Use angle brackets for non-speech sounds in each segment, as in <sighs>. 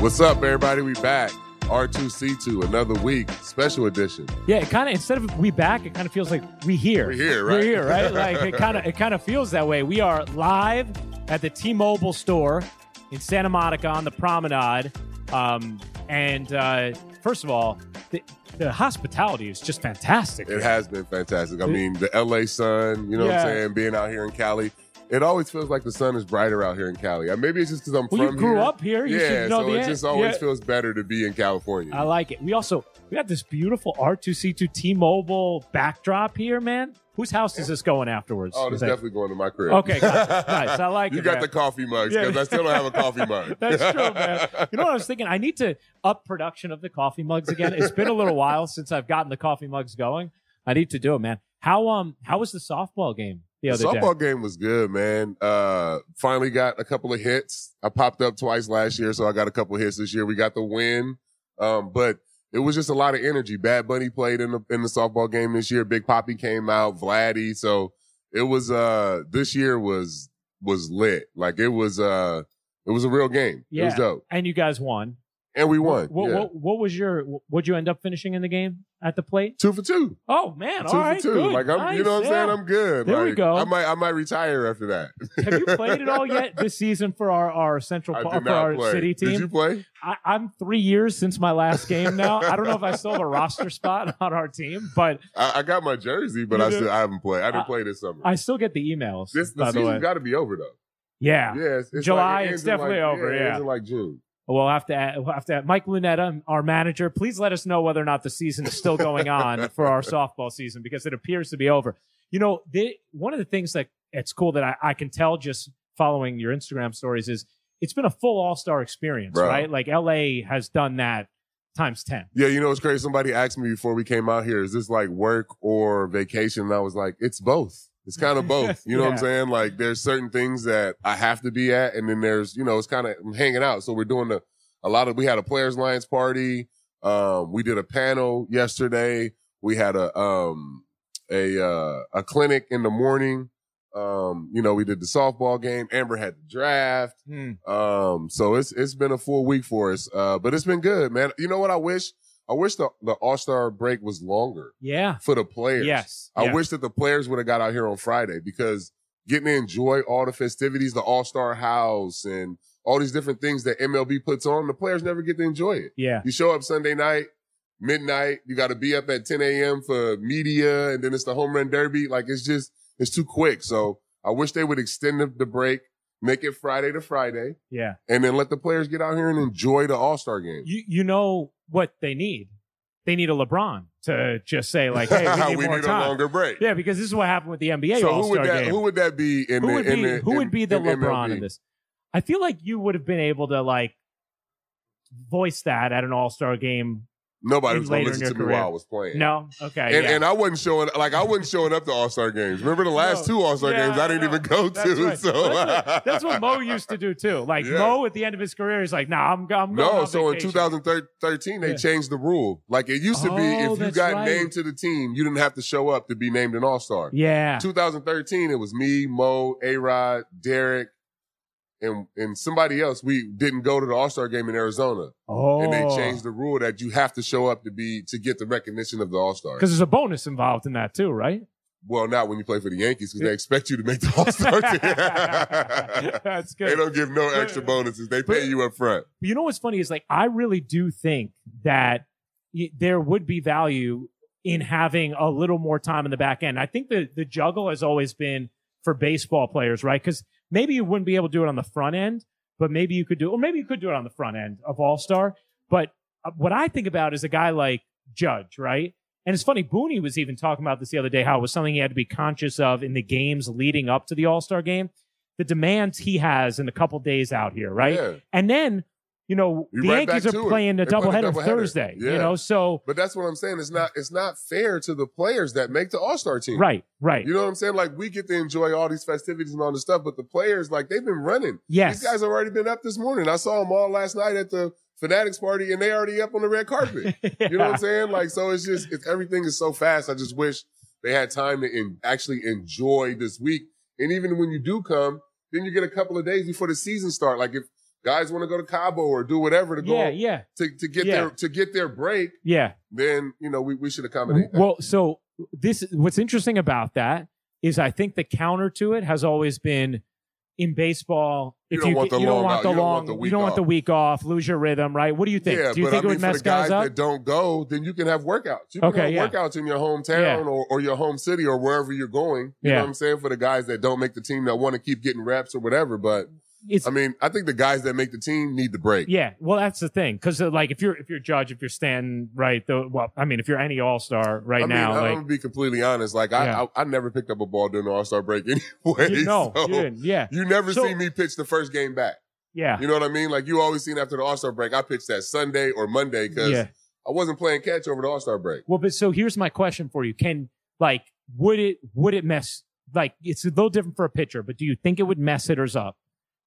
What's up, everybody? We back. R2C2, another week, special edition. Yeah, it kind of instead of we back, it kind of feels like we here. We're here, We're right? <laughs> here, right? Like it kind of it kind of feels that way. We are live at the T-Mobile store in Santa Monica on the Promenade. Um, and uh, first of all, the, the hospitality is just fantastic. It has been fantastic. I mean, the LA sun, you know what I'm Yeah. saying? Being out here in Cali, it always feels like the sun is brighter out here in Cali. Uh, Maybe it's just because I'm well, from you grew here. up here. You yeah, should know so the it an- just always yeah. feels better to be in California. I like it. We also we got this beautiful R2C2 T-Mobile backdrop here, man. Whose house is this going afterwards? oh, this Is is that- definitely going to my crib. Okay, nice, <laughs> nice. I like you it, got man. the coffee mugs Yeah. because I still don't have a coffee mug. <laughs> That's true, man. <laughs> You know what I was thinking? I need to up production of the coffee mugs again. It's been a little while <laughs> since I've gotten the coffee mugs going. I need to do it, man. How um how was the softball game the other softball game was good, man. Uh, finally got a couple of hits. I popped up twice last year, so I got a couple of hits this year. We got the win, um, but it was just a lot of energy. Bad Bunny played in the in the softball game this year. Big Poppy came out, Vladdy. So it was uh, this year was was lit. Like it was uh, it was a real game. It was Yeah. dope, day? And you guys won. and we won. What yeah. what, what was your would you end up finishing in the game at the plate? Two for two, Oh man, two all right, for two. good. Like I'm, you know what I'm Nice, saying. yeah. I'm good. There we Like, go. I might, I might retire after that. <laughs> Have you played at all yet this season for our our central I for did our not play. city team? Did you play? I, I'm three years since my last game now. I don't know if I still have a roster spot <laughs> on our team, but I, I got my jersey, but You I do? still I haven't played. I didn't I- play this summer. I still get the emails. this the by the way, season's got to be over though. yeah. Yeah, it's, it's July, Like, it it's ends in definitely like, over, Yeah, it ends yeah. in like June. We'll have to add, we'll have to add Mike Lunetta, our manager. Please let us know whether or not the season is still going on <laughs> for our softball season because it appears to be over. You know, the, one of the things that it's cool that I, I can tell just following your Instagram stories is it's been a full All Star experience, Bro. right? Like LA has done that times ten. Yeah, you know what's crazy? Somebody asked me before we came out here, is this like work or vacation? And I was like, it's both. It's kind of both. You know what I'm Yeah. saying? Like there's certain things that I have to be at, and then there's you know it's kind of I'm hanging out. So we're doing the, a lot of we had a players alliance party. Um, we did a panel yesterday. We had a um a uh, a clinic in the morning. Um, you know we did the softball game. Amber had the draft. Um, so it's it's been a full week for us. Uh, but it's been good, man. You know what I wish? I wish the, the All Star break was longer Yeah. for the players. Yes. I Yeah. wish that the players would have got out here on Friday because getting to enjoy all the festivities, the All Star House, and all these different things that MLB puts on, the players never get to enjoy it. Yeah. You show up Sunday night, midnight. You got to be up at 10 a.m. for media, and then it's the home run derby. Like it's just it's too quick. So I wish they would extend the, the break, make it Friday to Friday Yeah. and then let the players get out here and enjoy the All Star game. You you know what they need? They need a LeBron to just say like, hey, <laughs> we need more a time. longer break. yeah, because this is what happened with the NBA so All who would Star that game. who would that be in who the would in be the, who in- would be the in LeBron MLB? in this? I feel like you would have been able to like voice that at an All Star game. Nobody in was going to later in listen to your me career? while I was playing. No, okay, And, yeah. and I wasn't showing like I wasn't showing up to All Star games. Remember the last No. two All Star Yeah, games I didn't no. even go to. that's, right. So that's, what, <laughs> that's what Mo used to do too. Like Yeah. Mo at the end of his career is like, nah, I'm, go- I'm going No, on so in vacation." 2013 they Yeah. changed the rule. Like it used to be, Oh, if you that's got right. named to the team, you didn't have to show up to be named an All Star. Yeah, <laughs> 2013, it was me, Mo, A Rod, Derek, and and somebody else. We didn't go to the All Star game in Arizona, oh, and they changed the rule that you have to show up to be to get the recognition of the All Star. because there's a bonus involved in that too, <laughs> right? Well, not when you play for the Yankees because they expect you to make the All <laughs> Star team. that's <laughs> good. they don't give no extra bonuses. They pay you up front. But you know what's funny is like I really do think that y- there would be value in having a little more time in the back end. I think the the juggle has always been for baseball players, right? Because maybe you wouldn't be able to do it on the front end, but maybe you could do, or maybe you could do it on the front end of All Star. But uh, what I think about is a guy like Judge, right? And it's funny, Booney was even talking about this the other day, how it was something he had to be conscious of in the games leading up to the All Star game, the demands he has in a couple days out here, right? Yeah. And then, you know, You're the right Yankees back are to it. playing They're a playing a doubleheader doubleheader. Thursday. Yeah. You know, so But that's what I'm saying. It's not it's not fair to the players that make the All Star team. right, right. You know what I'm saying? Like we get to enjoy all these festivities and all this stuff, but the players, like they've been running. yes. These <laughs> guys have already been up this morning. I saw them all last night at the Fanatics party, and they already up on the red <laughs> carpet. You know what I'm saying? Like so, it's just it's, everything is so fast. I just wish they had time to in, actually enjoy this week. And even when you do come, then you get a couple of days before the season start. Like if guys want to go to Cabo or do whatever to go yeah, yeah, to, to get Yeah. their to get their break, yeah. then you know we, we should accommodate that. Well, so this what's interesting about that is I think the counter to it has always been in baseball. You If don't you, want get- the you don't long want out. the You don't want long, the you week don't want the off. week off, lose your rhythm, right? What do you think? yeah, do you but think I it mean would for mess the guys, guys up? that don't go, then you can have workouts. You can have Okay, yeah. workouts in your hometown Yeah. or, or your home city or wherever you're going. You Yeah. know what I'm saying? For the guys that don't make the team that want to keep getting reps or whatever. But It's I mean, I think the guys that make the team need the break. yeah. Well, that's the thing because like if you're if you're Judge, if you're Stanton, right? The, well, I mean, if you're any All Star right I mean, now, I'm like gonna be completely honest. Like I, Yeah. I, I never picked up a ball during the All Star break <laughs> anyway. you, no, so you didn't. yeah, you never So- see me pitch the first game back. yeah, You know what I mean? Like you always seen after the All Star break, I pitched that Sunday or Monday because yeah. I wasn't playing catch over the All Star break. Well, but so here's my question for you: Can like would it would it mess like it's a little different for a pitcher, but do you think it would mess hitters up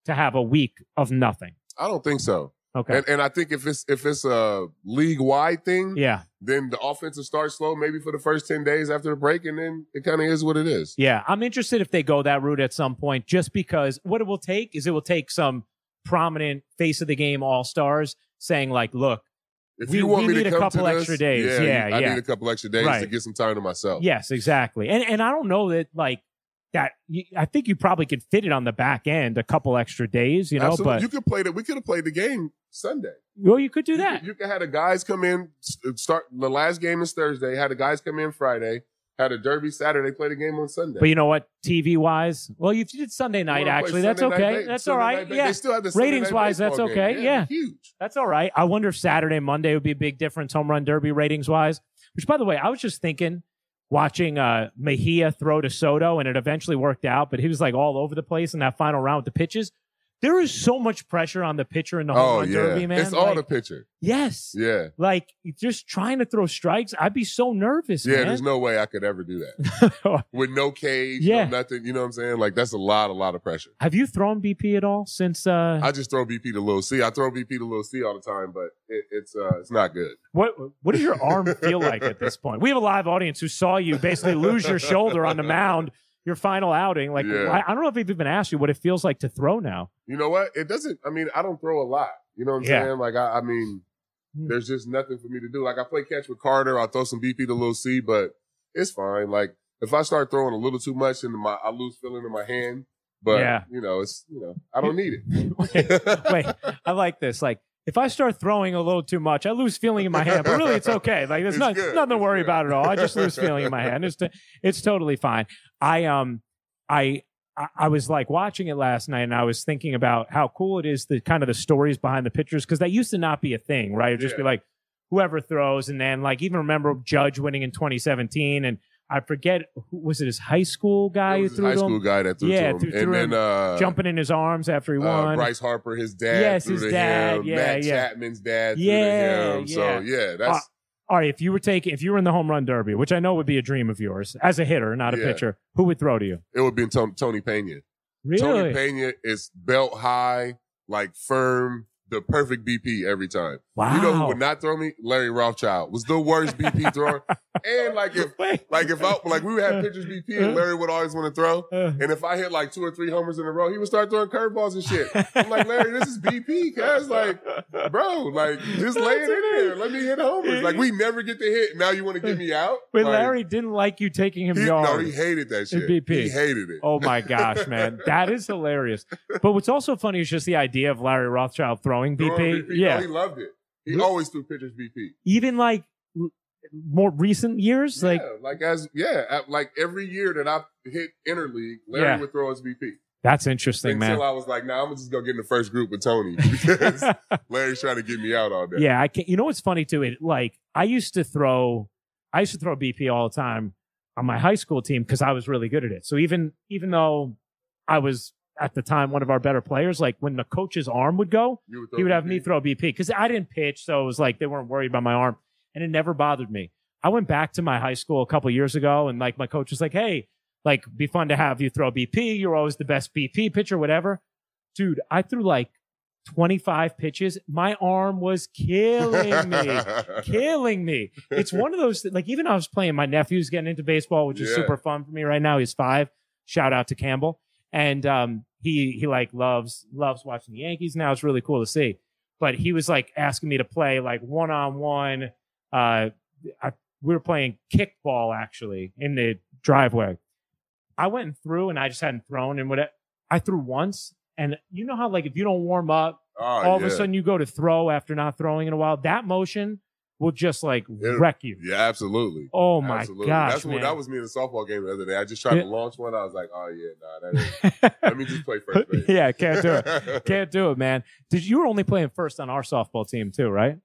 to have a week of nothing? I don't think so. Okay, And and I think if it's if it's a league wide thing, yeah, then the offense will start slow maybe for the first ten days after the break, and then it kind of is what it is. yeah. I'm interested if they go that route at some point, just because what it will take is it will take some prominent face of the game all stars saying like, look. If We- you want we me to need a come couple to this, extra days. yeah, Yeah, I yeah. need a couple extra days to Right. get some time to myself. Yes, exactly. And and I don't know that like that. You, I think you probably could fit it on the back end, a couple extra days, you know. Absolutely. But you could play that. We could have played the game Sunday. well, you could do You could- that. You could have the guys come in, s- uh, start the last game is Thursday, had the guys come in Friday, had a derby Saturday, play the game on Sunday. But you know what? TV wise, well, if you did Sunday You night, wanna play actually, that's Sunday night okay. ba- that's Sunday all night right. ba- Yeah, They still have the Sunday night Ratings-wise, that's baseball game. okay. Yeah. Huge. that's all right. I wonder if Saturday and Monday would be a big difference home run derby ratings wise. Which, by the way, I was just thinking watching uh, Mejia throw to Soto, and it eventually worked out. But he was like all over the place in that final round with the pitches. There is so much pressure on the pitcher in the home Oh run yeah. derby, man. it's all Like, the pitcher. yes, Yeah. like just trying to throw strikes. I'd be so nervous, Yeah, man. there's no way I could ever do that. <laughs> With no cage, Yeah. no nothing. You know what I'm saying? Like that's a lot, a lot of pressure. Have you thrown BP at all since? Uh, I just throw BP to Lil C. I throw BP to Lil C all the time, but it, it's uh it's not good. What what does your arm feel like at this point? We have a live audience who saw you basically lose your shoulder on the mound, your final outing. Like Yeah. I, I don't know if they've even asked you what it feels like to throw now. You know what? It doesn't I mean, I don't throw a lot. You know what I'm Yeah. saying? Like I, I mean, Hmm. there's just nothing for me to do. Like I play catch with Carter, I'll throw some BP to Lil C, but it's fine. Like if I start throwing a little too much and my I lose feeling in my hand. But Yeah. you know, it's you know, I don't need <laughs> Wait, it. <laughs> wait, I like this. Like if I start throwing a little too much, I lose feeling in my hand. But <laughs> really, it's okay. Like there's It's not, good. nothing to It's worry good. about at all. I just lose feeling in my hand. It's t- it's totally fine. I um I. I- I was like watching it last night, and I was thinking about how cool it is the kind of the stories behind the pictures because that used to not be a thing, right? It'd just Yeah. be like whoever throws, and then like even remember Judge winning in 2017, and I forget who was it his high school guy It who was his threw high to him? school guy that threw Yeah, to him. threw- and threw then him, uh, jumping in his arms after he uh, won. Bryce Harper, his dad. Yes, threw his to dad. Him. Yeah, Matt yeah. Chapman's dad. threw to Yeah, him. So yeah. Uh, yeah, that's All right, if you were taking, if you were in the home run derby, which I know would be a dream of yours as a hitter, not a Yeah. pitcher, who would throw to you? it. Would be Tony, Tony Pena. Tony Pena is belt high, like firm, the perfect BP every time. wow. You know who would not throw me? Larry Rothschild was the worst BP <laughs> thrower. And like if Wait. like if I like we would have pitchers BP and Larry would always want to throw. Uh, And if I hit like two or three homers in a row, he would start throwing curveballs and shit. <laughs> I'm like, Larry, this is BP, cuz. Like, <laughs> bro, like, just lay it That's in there. Let me hit homers. Like, we never get to hit. Now you want to get me out? Wait, Like, Larry didn't like you taking him he, no, he yards. hated that shit. BP. He hated it. oh my gosh, <laughs> man, that is hilarious. But what's also funny is just the idea of Larry Rothschild throwing BP. Throwing BP. Yeah, No, he loved it. He Re- always threw pitchers BP. even like l- more recent years, like yeah, like as yeah, at- like every year that I hit interleague, Larry Yeah. would throw his BP that's interesting, until man. I was like, "Nah, I'm gonna just go get in the first group with Tony <laughs> <laughs> because Larry's trying to get me out all day." Yeah, I can't. You know what's funny too? It like I used to throw, I used to throw BP all the time on my high school team because I was really good at it. So even even though I was at the time one of our better players, like when the coach's arm would go, You would throw he would have BP. me throw BP because I didn't pitch, so it was like they weren't worried about my arm, and it never bothered me. I went back to my high school a couple years ago, and like my coach was like, "Hey, like be fun to have you throw BP. You're always the best BP pitcher, whatever." Dude, I threw like 25 pitches. My arm was <laughs> killing me, killing me. It's Oh, one of those like even I was playing. My nephew's getting into baseball, which is Yeah. super fun for me right now. He's five. Shout out to Campbell, and um, he he like loves loves watching the Yankees now. It's really cool to see. But he was like asking me to play like one on one. Uh, I, we were playing kickball actually in the driveway. I went and threw, and I just hadn't thrown, and what I threw once, and you know how like if you don't warm up, Oh, all yeah. of a sudden you go to throw after not throwing in a while. That motion will just like It'll- wreck you. Yeah, absolutely. Oh my Absolutely. gosh, That's man. what that <laughs> was me in the softball game the other day. I just tried Yeah. to launch one. I was like, oh yeah, nah, that <laughs> is. Let me just play first base. yeah, can't do <laughs> it. Can't do it, man. Did you were only playing first on our softball team too, right?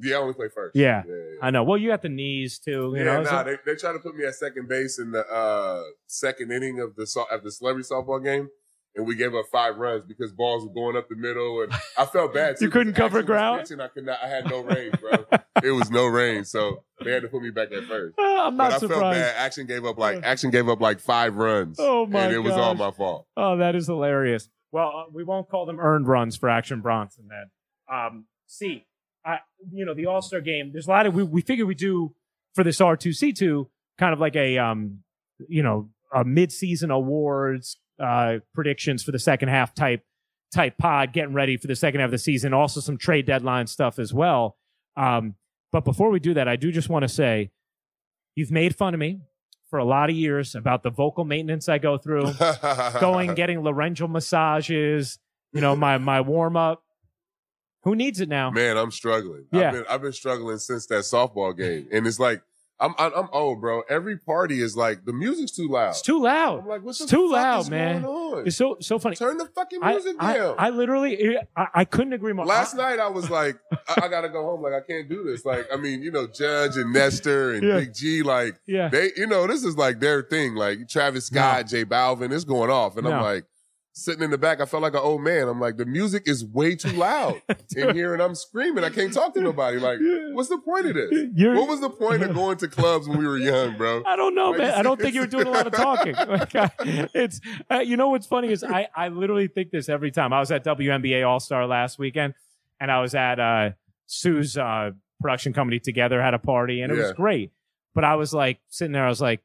yeah, I only play first. Yeah. yeah, yeah. I know. Well, you got the knees too. yeah, You know, nah, so- <laughs> they, they tried to put me at second base in the uh, second inning of the so- of the celebrity softball game, and we gave up five runs because balls were going up the middle, and I felt bad. <laughs> You too, couldn't 'cause Axel cover was ground? pitching, I could not. I had no range, bro. it was no range, so they had to put me back at first. Ah, I'm But not I felt surprised. bad. Action gave up like action gave up like five runs. Oh, my And it was all gosh. my fault. Oh, that is hilarious. Well, uh, we won't call them earned runs for Action Bronson then. Um, C, I, you know, the All Star game, there's a lot of, we, we figure we do for this R2C2 kind of like a, um, you know, a mid season awards uh, predictions for the second half type type pod, getting ready for the second half of the season. Also some trade deadline stuff as well. Um, but before we do that, I do just want to say you've made fun of me for a lot of years about the vocal maintenance I go through <laughs> going getting laryngeal massages you know my my warm up who needs it now Man, I'm struggling. Yeah. I've been, I've been struggling since that softball game, and it's like I'm I'm I'm old, bro. Every party is like the music's too loud. it's too I'm loud like, what's It's the too fuck loud, is man. Going on? it's so so funny Turn the fucking I, music I, down. I literally I, I couldn't agree more Last I- night I was like, I, I gotta go home. Like I can't do this. Like I mean, you know, Judge and Nestor and <laughs> Yeah. Big G, like yeah they, you know, this is like their thing. Like Travis Scott, Jay Balvin, it's going off, and No. I'm like sitting in the back. I felt like an old man. I'm like, the music is way too <laughs> loud in here, and I'm screaming. I can't talk to nobody. Like, what's the point of this? You're- What was the point of going to clubs when we were young, bro? I don't know, Like, man. I don't it's- think you were doing a lot <laughs> of talking. <laughs> Like, I- it's uh, you know what's funny is I I literally think this every time. I was at WNBA All Star last weekend, and I was at uh, Sue's uh, production company together had a party, and it was Yeah. great. But I was like sitting there, I was like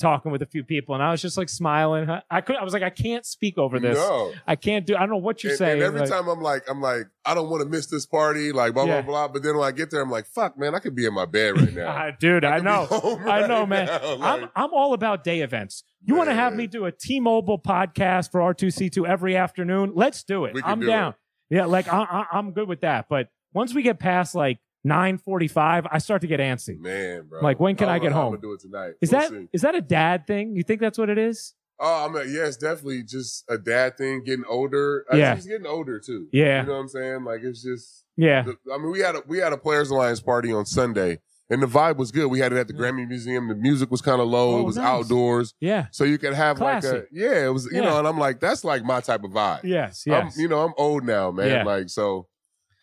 talking with a few people, and I was just like smiling. I could, I was like, I can't speak over this. No. I can't do. I don't know what you're and, saying. and every like- time I'm like, I'm like, I don't want to miss this party, like blah Yeah. blah blah. But then when I get there, I'm like, fuck, man, I could be in my bed <laughs> right now. Ah, dude, I, could be <laughs> know. home I right know, man. now. Like, I'm, I'm all about day events. You want to have Man. me do a T-Mobile podcast for R2C2 every afternoon? Let's do it. We can I'm do down. Yeah, like I, I, I'm good with that. But once we get past like 9:45, I start to get antsy. man, bro. Like, when can I don't get know how home? I'm gonna do it tonight. Is We'll that see. is that a dad thing? You think that's what it is? Oh, I mean, yeah, it's definitely just a dad thing. Getting older. Uh, Yeah. she's getting older too. Yeah, You know what I'm saying? Like, it's just. yeah. the- I mean, we had a we had a Players Alliance party on Sunday, and the vibe was good. We had it at the Yeah. Grammy Museum. The music was kind of low. Oh, it was nice. outdoors, Yeah. so you could have like Classy. a yeah. It was you Yeah. know, and I'm like, that's like my type of vibe. Yes. Yes. I'm, you know, I'm old now, man. Yeah. Like so,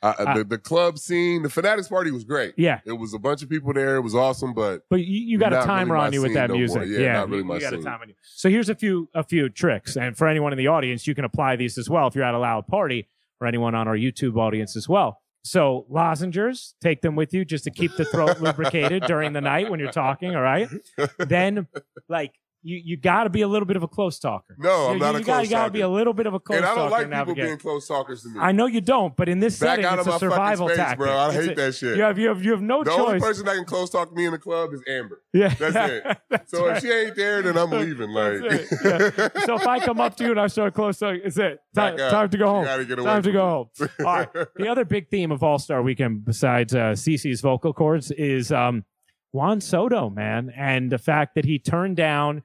uh, I- the the club scene, the Fanatics party was great. yeah. It was a bunch of people there. It was awesome, but But you, you got a Not timer really my on you with scene that no more. music. Yeah, not really you, my you got a scene. timer on you. So here's a few a few tricks, and for anyone in the audience, you can apply these as well if you're at a loud party, or anyone on our YouTube audience as well. So lozenges, take them with you just to keep the throat <laughs> lubricated during the night when you're talking. All right, then like you you got to be a little bit of a close talker. no, I'm not a you, you gotta- close you gotta talker. be a little bit of a close and I talker. don't like to people navigate. being close talkers to me. I know you don't, but in this Back setting, out it's of a my survival fucking space, tactic. bro. I It's hate a- that shit. You have you have you have no the only choice. person that can close talk me in the club is Amber. yeah, <laughs> That's it. That's So right. if she ain't there, then I'm leaving. Like, That's it. <laughs> so if I come up to you and I start close, so it's it. Time, Back up. time to go You home. gotta get away Time to from go me. home. All right. <laughs> The other big theme of All Star Weekend, besides uh, CC's vocal cords, is um, Juan Soto, man, and the fact that he turned down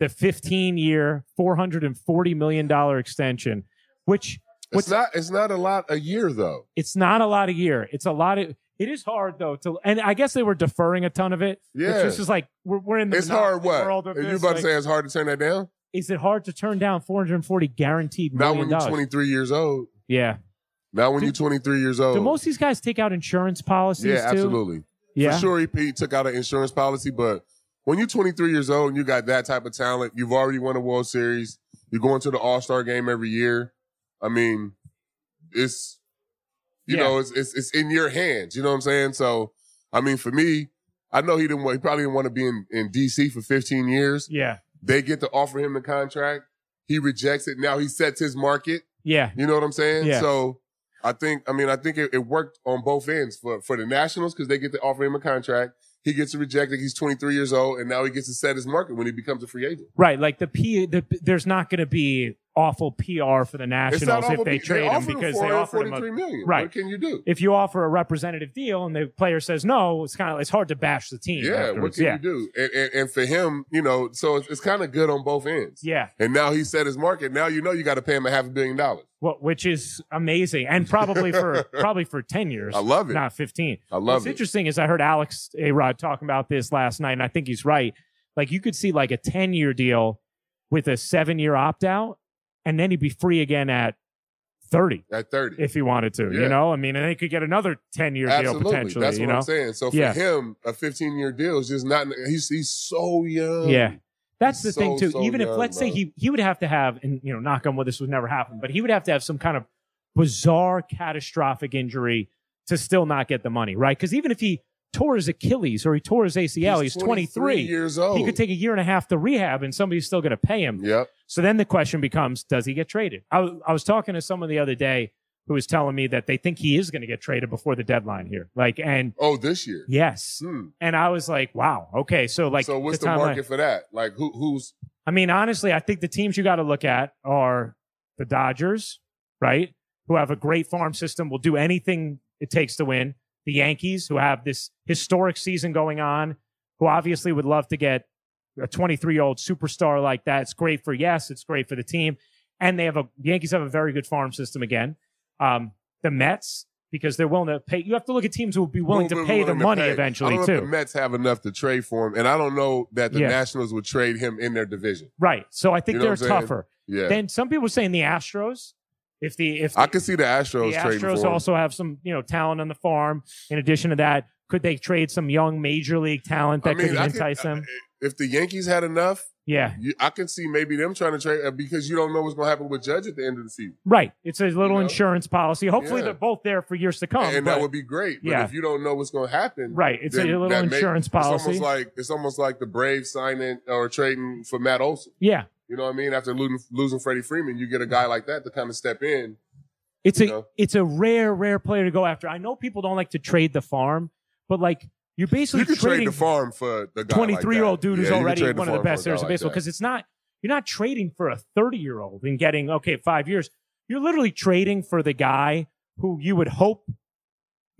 the 15 year, 440 million dollar extension, which What's- It's not. It's not a lot a year though. it's not a lot of year. It's a lot of. It is hard though to, and I guess they were deferring a ton of it. Yeah. it's just like we're, we're in the It's hard. monopoly world What? of If you this, about to like- say it's hard to turn that down? is it hard to turn down 440 guaranteed Not million when you're dollars? 23 years old. Yeah. Not when Do- you're 23 years old. Do most of these guys take out insurance policies Oh. yeah, too? absolutely. Yeah. For sure, he, he took out an insurance policy, but when you're 23 years old and you got that type of talent, you've already won a World Series. You're going to the All Star game every year. I mean, it's you Yeah. know, it's, it's it's in your hands. You know what I'm saying? So, I mean, for me, I know he didn't. want He probably didn't want to be in in DC for 15 years. Yeah. They get to offer him the contract. He rejects it. Now he sets his market. Yeah. You know what I'm saying? Yeah. So I think, I mean, I think it, it worked on both ends for, for the Nationals because they get to offer him a contract. He gets rejected. He's 23 years old, and now he gets to set his market when he becomes a free agent. Right. Like the P, the, there's not going to be awful PR for the Nationals if awful. they trade him offered because for they offered him a. 43 million. Right. What can you do? If you offer a representative deal and the player says no, it's kind of it's hard to bash the team. Yeah, what afterwards. can yeah, you do? And, and, and for him, you know, so it's, it's kind of good on both ends. yeah. And now he set his market. Now you know you got to pay him a half a billion dollars. Well, which is amazing and <laughs> probably for probably for ten years, I love it. not fifteen. I What's love it. interesting is I heard Alex Arod talking about this last night, and I think he's right. Like you could see like a ten year deal with a seven year opt out, and then he'd be free again at thirty At 30. if he wanted to. You Yeah. know, I mean, and he could get another ten year deal Absolutely. potentially. That's what you know, I'm saying. So for Yeah. him, a 15 year deal is just not, he's, he's so young. Yeah. That's the He's thing so, too. so Even if young, let's say bro. he he would have to have, and you know, knock on wood, this would never happen, but he would have to have some kind of bizarre, catastrophic injury to still not get the money, right? Because even if he tore his Achilles or he tore his ACL, he's, 23. years old. He could take a year and a half to rehab, and somebody's still going to pay him. Yep. So then the question becomes, does he get traded? I, w- I was talking to someone the other day who was telling me that they think he is going to get traded before the deadline here. Like, and Oh, this year. yes. Hmm. And I was like, wow, okay. So like, so what's the, timeline- market for that? Like who, who's, I mean, honestly, I think the teams you got to look at are the Dodgers, right? Who have a great farm system, will do anything it takes to win. The Yankees, who have this historic season going on, who obviously would love to get a 23 year old superstar like that. It's great for yes, it's great for the team, and they have a the Yankees have a very good farm system again. Um, the Mets because they're willing to pay. You have to look at teams who will be willing who- to who- pay the willing to money pay? I eventually don't know too. If the Mets have enough to trade for him. And I don't know that the Yeah. Nationals would trade him in their division. right, so I think You know they're what I'm saying? tougher. Yeah. Then some people were saying the Astros. If the if I could see the Astros the trading Astros for him. also have some you know talent on the farm. In addition to that, could they trade some young major league talent that I mean, could I entice them? if the Yankees had enough, Yeah, you, I can see maybe them trying to trade uh, because you don't know what's going to happen with Judge at the end of the season. right. It's a little know? insurance policy. Hopefully, Yeah. they're both there for years to come. and but- that would be great. But yeah. if you don't know what's going to happen, right. It's a then little that may- insurance It's policy. almost like it's almost like the Braves signing or trading for Matt Olson. yeah, You know what I mean? After losing, losing Freddie Freeman, you get a guy like that to kind of step in. it's you a know. it's a rare rare player to go after. I know people don't like to trade the farm, but like you're basically you can trade trading the farm for the guy like that. 23 year old dude who's Yeah, you can already trade one of farm the for a best guy players in like baseball that. because it's not you're not trading for a 30 year old and getting okay five years you're literally trading for the guy who you would hope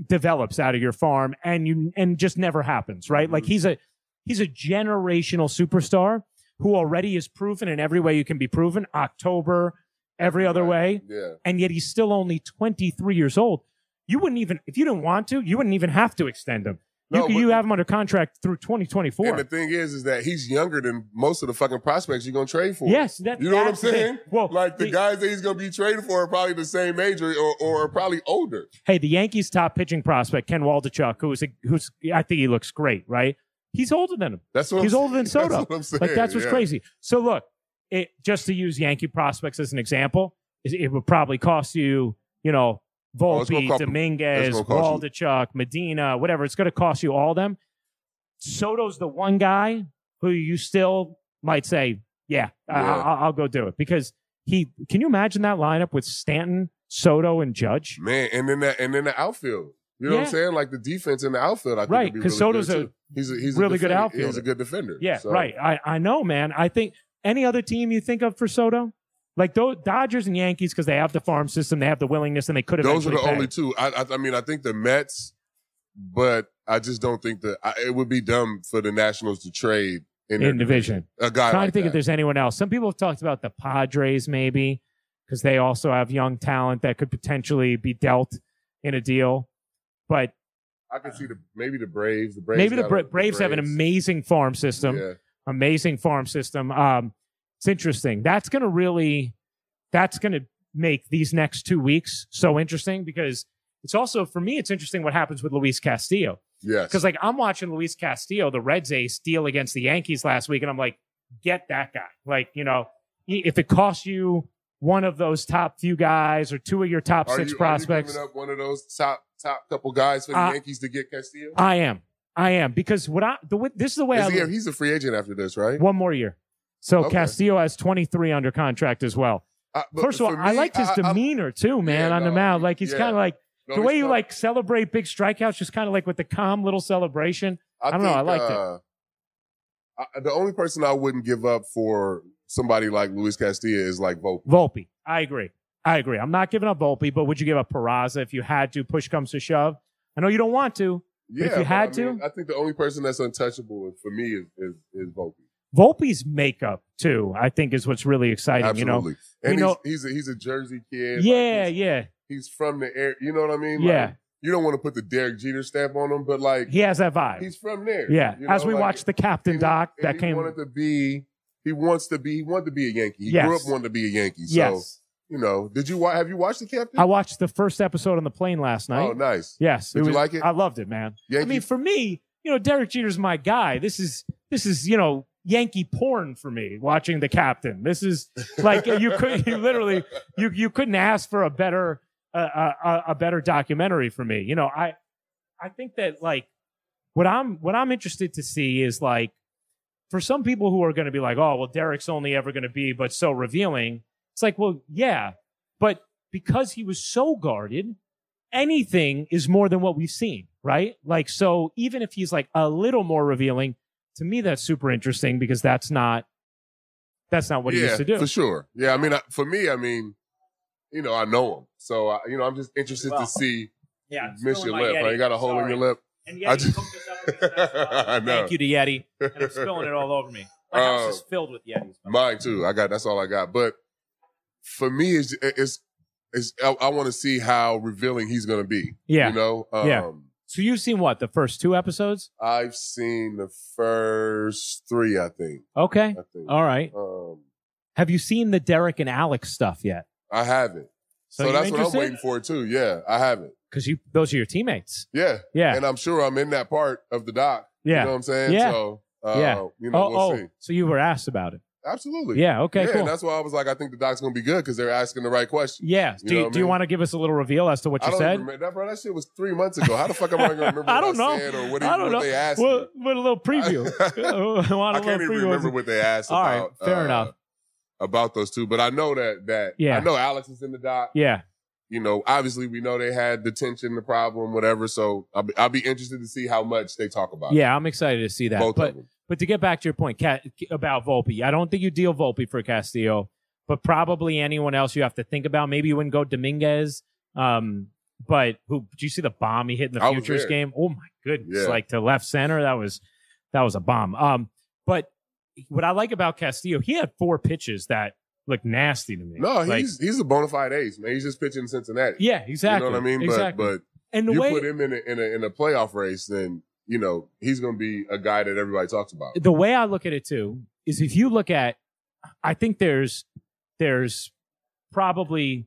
develops out of your farm and you and just never happens right like Mhm. he's a he's a generational superstar who already is proven in every way you can be proven october every other way Yeah. and yet he's still only 23 years old you wouldn't even if you didn't want to you wouldn't even have to extend him you, No, could, but- you have him under contract through 2024 And the thing is, is that he's younger than most of the fucking prospects you're going to trade for. Yes, that, You know what I'm that's the thing. saying? Well, Like the the- guys that he's going to be trading for are probably the same age or, or, or probably older. Hey, the Yankees' top pitching prospect Ken Waldachuk, who is a, who's I think he looks great, right? He's older than him. That's what He's I'm older than saying. <laughs> Soto. That's what I'm saying. Like that's what's yeah. crazy. So look, it, just to use Yankee prospects as an example, is- it, would probably cost you, you know, Oh, it's Volpe, gonna cost- Dominguez, it's gonna cost Waldachuk, Medina, whatever. It's going to cost you all them. Soto's the one guy who you still might say, yeah, I- Yeah. I, I'll, I'll go do it because he. Can you imagine that lineup with Stanton, Soto, and Judge? Man, and then that and then the outfield. You know what Yeah. I'm saying? Like the defense in the outfield, I think Right, would be 'cause really Soto's good, a too. he's a he's a really good defender. outfielder. He's a good defender. Yeah, So, right. I, I know, man. I think any other team you think of for Soto, like those Dodgers and Yankees, because they have the farm system, they have the willingness, and they could have. Those are the only two. I, I I mean, I think the Mets, but I just don't think that I, it would be dumb for the Nationals to trade in, their in division. a guy Trying like to think that. if there's anyone else. Some people have talked about the Padres, maybe, because they also have young talent that could potentially be dealt in a deal. But I can see the maybe the Braves. The Braves maybe the, got Bra- a- Braves, have an Braves. amazing farm system. Yeah. amazing farm system. Um, it's interesting. That's going to really, that's going to make these next two weeks so interesting because it's also for me, it's interesting what happens with Luis Castillo Yes. because like I'm watching Luis Castillo, the Reds ace, deal against the Yankees last week, and I'm like, get that guy. Like you know, i- if it costs you one of those top few guys or two of your top Are six you, Are prospects, you giving up one of those top top couple guys for the Uh, Yankees to get Castillo? I am, I am because what I the way this is the way Is I he- look- he's a free agent after this, right? one more year. So Okay. Castillo has 23 under contract as well. I- Uh, but First of all, for I me, liked his I- I- demeanor too, man, Yeah, on the no, mound. Like he's yeah. kind of like no, the way he's you not- like celebrate big strikeouts, just kind of like with the calm little celebration. I don't know, I liked it. uh, I- the only person I wouldn't give up for somebody like Luis Castilla is like Volpe. Volpe, I agree. I agree. I'm not giving up Volpe, but would you give up Peraza if you had to? Push comes to shove. I know you don't want to. Yeah, if you but had I mean, to- I think the only person that's untouchable for me is is, is Volpe. Volpe's makeup too, I think, is what's really exciting. Absolutely, we and know- he's, he's a he's a Jersey You kid. know. Like, Yeah, he's, yeah, he's from the air. You know what I mean? Like, yeah. you don't want to put the Derek Jeter stamp on him, but like He has that vibe. he's from there. Yeah. you As know, we like, watched the Captain and he- Doc and that he came. wanted to be. He wants to be. He wanted to be a Yankee. He grew up Yes. wanting to be a Yankee. So yes. you know, did you watch? Have you watched the Captain? I watched the first episode on the plane last night. oh, nice. Yes. Did you like it? I loved it, man. I Yankee. mean, for me, you know, Derek Jeter's my guy. This is this is you know Yankee porn for me. Watching the captain, this is like you could <laughs> you literally you you couldn't ask for a better uh, uh, a better documentary for me. You know, I I think that like what I'm what I'm interested to see is like for some people who are going to be like, oh well, Derek's only ever going to be but so revealing. It's like, well, yeah, but because he was so guarded, anything is more than what we've seen, right? Like, so even if he's like a little more revealing, to me, that's super interesting because that's not that's not what yeah, he used to do. for sure. Yeah, I mean, I, for me, I mean, you know, I know him, so I, you know, I'm just interested Well, to see. Yeah, you miss your lip, right? You got a hole in your lip. And I just- hooked us up with this nice bottle. <laughs> I know. Thank you to Yeti. I'm <laughs> spilling it all over me. My house is Uh, filled with Yetis. Mine too. I got that's all I got. But for me, it's it's, it's I, I want to see how revealing he's going to be. Yeah. you know. Um, Yeah. So you've seen what the first two episodes? I've seen the first three. I think. Okay. I think. All right. Um, Have you seen the Derek and Alex stuff yet? I haven't. So So, you that's what I'm interested? waiting for too. Yeah, I haven't. Because you those are your teammates. Yeah. Yeah. and I'm sure I'm in that part of the doc. You yeah. know what I'm saying? Yeah. So, uh, Yeah. you know, oh, we'll oh see. so you were asked about it. Absolutely. Yeah. Okay. yeah, cool. and that's why I was like, I think the doc's gonna be good because they're asking the right question. Yeah. You know Do you, what I do you mean? want to give us a little reveal as to what I you don't said? even remember that, bro. That shit was three months ago. How the fuck am <laughs> I gonna remember? I what don't know. I said or what, he- I don't what know. they asked? Well, me? with a <laughs> little preview. <laughs> I, want I a little can't even preview. remember what they asked. All right, about, fair uh, enough. About those two, but I know that that Yeah. I know Alex is in the doc. Yeah. You know, obviously we know they had the tension, the problem, whatever. So I'll be, I'll be interested to see how much they talk about. it, Yeah. I'm excited to see that. both but of them. but to get back to your point Ca about Volpe, I don't think you deal Volpe for Castillo, but probably anyone else you have to think about. Maybe you wouldn't go Dominguez. Um, but who? Did you see the bomb he hit in the I was futures there. game? Oh my goodness! Yeah. Like to left center, that was that was a bomb. Um, but what I like about Castillo, he had four pitches that looked nasty to me. No, he's Like, he's a bona fide ace, man. He's just pitching Cincinnati. yeah, exactly. You know what I mean? Exactly. But but and the you way put him in a, in a in a playoff race, then you know he's going to be a guy that everybody talks about. the way I look at it too is if you look at, I think there's there's probably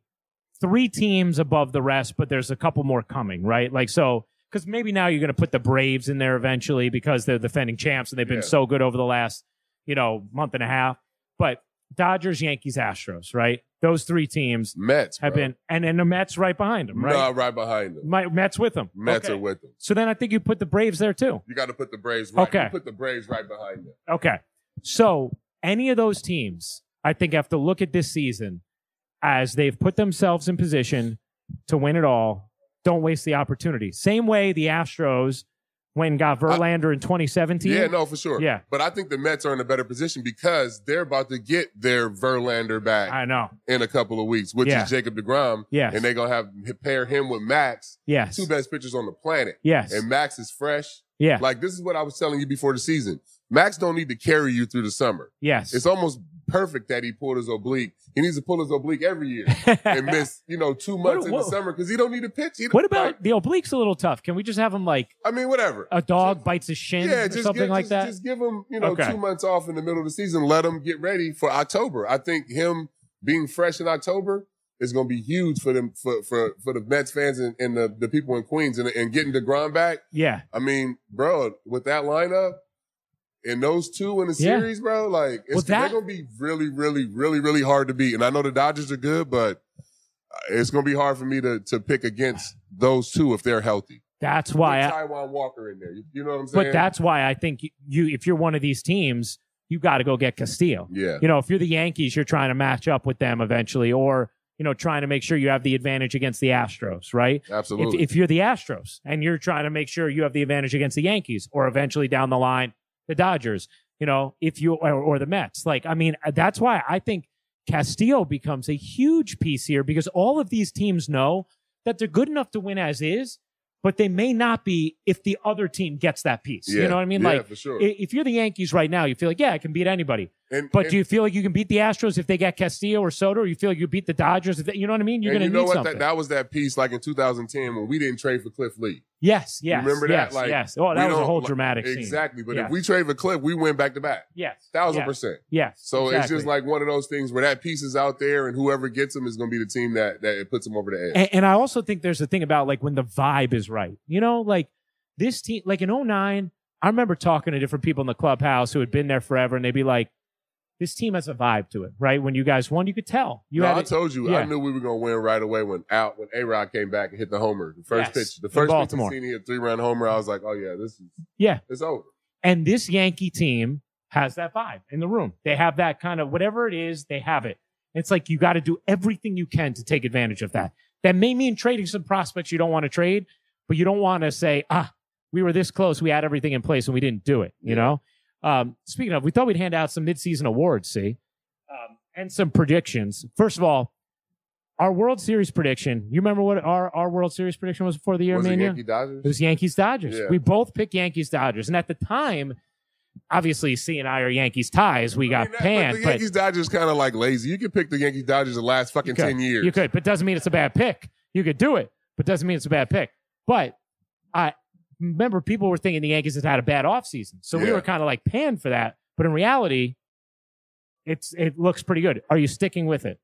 three teams above the rest, but there's a couple more coming, right? Like so, because maybe now you're going to put the Braves in there eventually because they're defending champs and they've been Yeah. so good over the last you know month and a half. But Dodgers, Yankees, Astros, right? Those three teams Mets have bro. been, and then the Mets right behind them, right? No, right behind them. My, Mets with them. Mets Okay. are with them. so then I think you put the Braves there too. You got to put the Braves right. Okay. You put the Braves right behind them. Okay. So any of those teams, I think, have to look at this season as they've put themselves in position to win it all. Don't waste the opportunity. Same way the Astros when got Verlander in 2017. Yeah, no, for sure. Yeah. But I think the Mets are in a better position because they're about to get their Verlander back I know. in a couple of weeks, which Yeah. is Jacob DeGrom. Yes. And they're going to have pair him with Max, yes. two best pitchers on the planet. Yes. And Max is fresh. yeah. Like this is what I was telling you before the season. Max don't need to carry you through the summer. yes. <laughs> It's almost perfect that he pulled his oblique. He needs to pull his oblique every year <laughs> and miss, you know, two months in what- the summer because he don't need to pitch. He don't- what about like, the obliques? A little tough. Can we just have them like I mean, whatever. a dog bites his shin yeah, or just something give, like just- that? Just give him, you know, Okay. two months off in the middle of the season. Let him get ready for October. I think him being fresh in October is going to be huge for them for for for the Mets fans and, and the, the people in Queens and, and getting Degrom back. yeah. I mean, bro, with that lineup and those two in the Yeah. series, bro, like it's, Well, that- they're gonna be really, really, really, really hard to beat. And I know the Dodgers are good, but it's gonna be hard for me to to pick against those two if they're healthy. That's why. Put I, Taiwan Walker in there, you, you know what I'm saying? but that's why I think you, if you're one of these teams, you got to go get Castillo. Yeah. You know, if you're the Yankees, you're trying to match up with them eventually, or you know, trying to make sure you have the advantage against the Astros, right? If, Absolutely. if you're the Astros and you're trying to make sure you have the advantage against the Yankees, or eventually down the line the Dodgers, you know, if you or, or the Mets, like I mean, that's why I think Castillo becomes a huge piece here because all of these teams know that they're good enough to win as is, but they may not be if the other team gets that piece. Yeah. You know what I mean? Yeah, Like for sure. i- if you're the Yankees right now, you feel like, yeah, I can beat anybody. and, But and- do you feel like you can beat the Astros if they get Castillo or Soto? Or you feel like you beat the Dodgers? If they, you know what I mean? You're and going to you know need what? something. That, that was that piece like in 2010 when we didn't trade for Cliff Lee. yes, yes. remember that? yes, Like, yes. Oh, we that was a don't whole li- dramatic scene. Exactly. But Yeah. if we trade for Cliff, we win back to back. Yes. Thousand yes, percent. Yes. So it's exactly. just like one of those things where that piece is out there, and whoever gets him is going to be the team that that it puts him over the edge. And, and I also think there's a thing about like when the vibe is right. You know, like this team, like in 09, I remember talking to different people in the clubhouse who had been there forever, and they'd be like, this team has a vibe to it, right? When you guys won, you could tell. You no, had I it- told you, I yeah. knew we were going to win right away when out when A Rod came back and hit the homer, the first Yes, pitch, the in first pitch Baltimore. pitch seen he hit three run homer. I was like, oh yeah, this is Yeah. it's over. And this Yankee team has that vibe in the room. They have that kind of whatever it is, they have it. It's like you got to do everything you can to take advantage of that. That may mean trading some prospects you don't want to trade, but you don't want to say, ah, we were this close. We had everything in place and we didn't do it. You Yeah. know? Um, speaking of, we thought we'd hand out some midseason awards, see, um, and some predictions. First of all, our World Series prediction. You remember what our, our World Series prediction was before the year, was man? it Yankee Dodgers? It was Yankees Dodgers. Yeah. We both picked Yankees Dodgers, and at the time, obviously C and I are Yankees ties. We I got mean, that- panned, But the but Yankees Dodgers kind of like lazy. You can pick the Yankees Dodgers the last fucking could. ten years. you could. But doesn't mean it's a bad pick. You could do it, but doesn't mean it's a bad pick. But I remember people were thinking the Yankees had had a bad offseason, so we Yeah. were kind of like panned for that. But in reality, it's it looks pretty good. Are you sticking with it?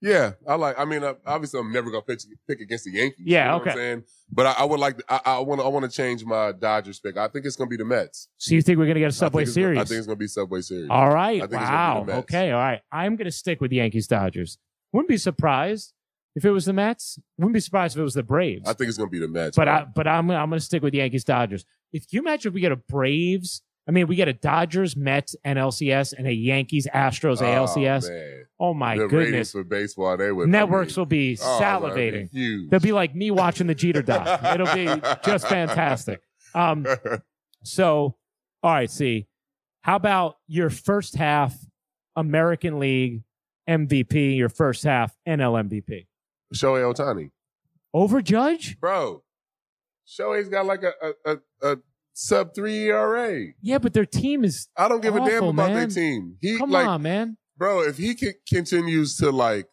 Yeah, I like. I mean, I, obviously, I'm never gonna pitch, pick against the Yankees. Yeah, you know What okay. I'm saying, but I, I would like. I- I want. to. I want to change my Dodgers pick. I think it's gonna be the Mets. So you think we're gonna get a I Subway think it's gonna- Series? I think it's gonna be Subway Series. All right. I think it's gonna be wow. the Mets. Okay. All right. I'm going to stick with Yankees Dodgers. Wouldn't be surprised if it was the Mets. Wouldn't be surprised if it was the Braves. I think it's gonna be the Mets. but I, man. but I'm I'm going to stick with Yankees Dodgers. If you imagine if we get a Braves, I mean we get a Dodgers, Mets, NLCS, and a Yankees Astros ALCS. Oh, man. Oh my the ratings goodness! for baseball, they would I Networks mean, will be oh, that'd be salivating. Huge. They'll be like me watching the Jeter doc. It'll be just fantastic. Um, So, all right, see, how about your first half American League MVP, your first half NL MVP? <laughs> Shohei Otani, Over Judge? bro. Shohei's got like a a, a, a sub three ERA. Yeah, but their team is. I don't give a damn Awful, about their man. team. He Come like on, man. bro, if he c- continues to like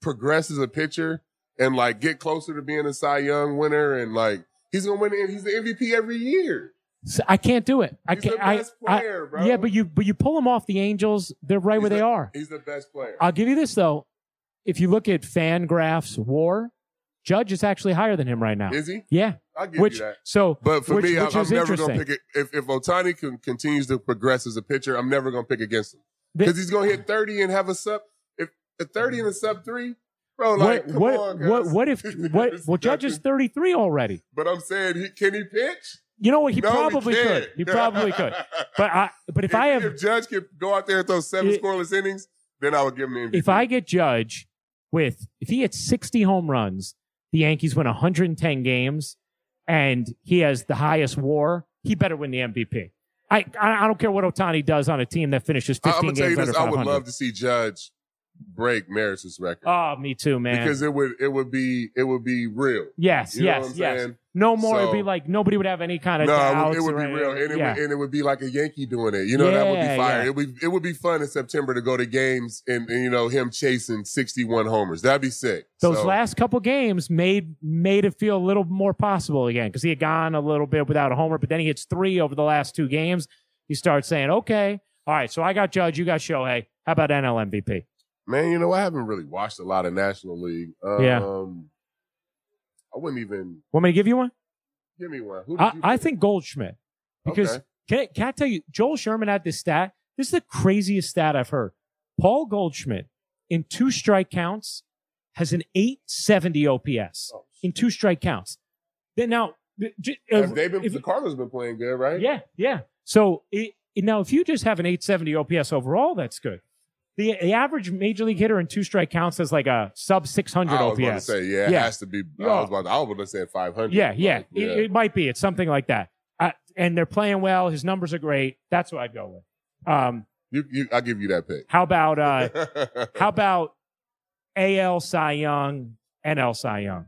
progress as a pitcher and like get closer to being a Cy Young winner and like he's gonna win, the- he's the MVP every year. S- I can't do it. I He's the can't. I, best I- player, bro. yeah, but you but you pull them off the Angels. They're right He's where they the- are. he's the best player. I'll give you this though. If you look at FanGraphs WAR, Judge is actually higher than him right now. Is he? yeah, I give which you that. so But for which- me, which I, is I'm never gonna interesting. pick it. If if Otani can, continues to progress as a pitcher, I'm never gonna pick against him The- because he's gonna hit 30 and have a sub. If a 30 and a sub three, bro, <laughs> like what come what, on, what guys. <laughs> what if what? Well, Judge is thirty three already. But I'm saying, he, can he pitch? You know what? He No, probably can't. could. He probably <laughs> could. But I, but if, I have, if, Judge could go out there and throw seven It- scoreless innings, then I would give him the MVP. I get Judge with, if he hits 60 home runs, the Yankees win 110 games, and he has the highest WAR, he better win the MVP. I, I, I don't care what Otani does on a team that finishes I, 15 am gonna tell games you under this: I 500. would love to see Judge break Maris's record oh, me too, man. because it would it would be it would be real. yes, You know what yes, I'm yes. saying? No more. it'd So- be like nobody would have any kind of No, doubts it would, it would or be real, anything. and it, yeah. would, and it would be like a Yankee doing it. You know, that would Yeah, be fire. yeah. It would it would be fun in September to go to games and, and you know him chasing 61 homers. That'd be sick. those So, last couple games made made it feel a little more possible again because he had gone a little bit without a homer, but then he hits three over the last two games. You start saying, okay, all right, so I got Judge, you got Shohei. How about NL MVP? man, you know I haven't really watched a lot of National League. Um, Yeah. I wouldn't even Want me to give you one? give me one. Who did I, you I pick? think Goldschmidt because Okay. can, I- can I tell you, Joel Sherman had this stat. This is the craziest stat I've heard. Paul Goldschmidt in two strike counts has an 870 OPS Oh, in two strike counts. Then now, th- j- uh, Have they been, if- the Cardinals been playing good, right? Yeah, yeah. So i- Now, if you just have an 870 OPS overall, that's good. The, the average major league hitter in two strike counts is like a sub 600 Oh, I was about to OPS. say, yeah, it Yeah. has to be. I Yeah. was about to, I was about to say 500. Yeah, yeah, Like, It, it might be. It's something like that. Uh, and they're playing well. His numbers are great. That's what I'd go with. Um, You, you, I'll give you that pick. how <laughs> about uh, how about AL Cy Young, NL Cy Young?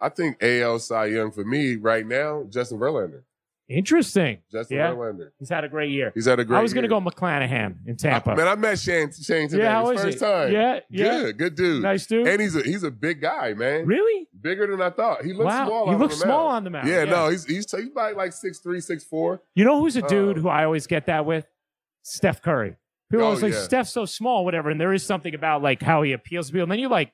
I think AL Cy Young for me right now, Justin Verlander. Interesting. Justin Yeah. Verlander. He's had a great year. He's had a great I was going to year. go McClanahan in Tampa. Man, I met Shane, Shane today. yeah, how his is first he? time. Yeah, yeah. Good, good dude. Nice dude. And he's a he's a big guy, man. really? Bigger than I thought. He looks wow. small. he on looks the mound. small on the mound. Yeah, no, he's he's, he's probably like six three, six four. You know who's a dude Uh, who I always get that with? Steph Curry. People Oh, always like, yeah. Steph's so small, whatever. And there is something about like how he appeals to people. And then you like,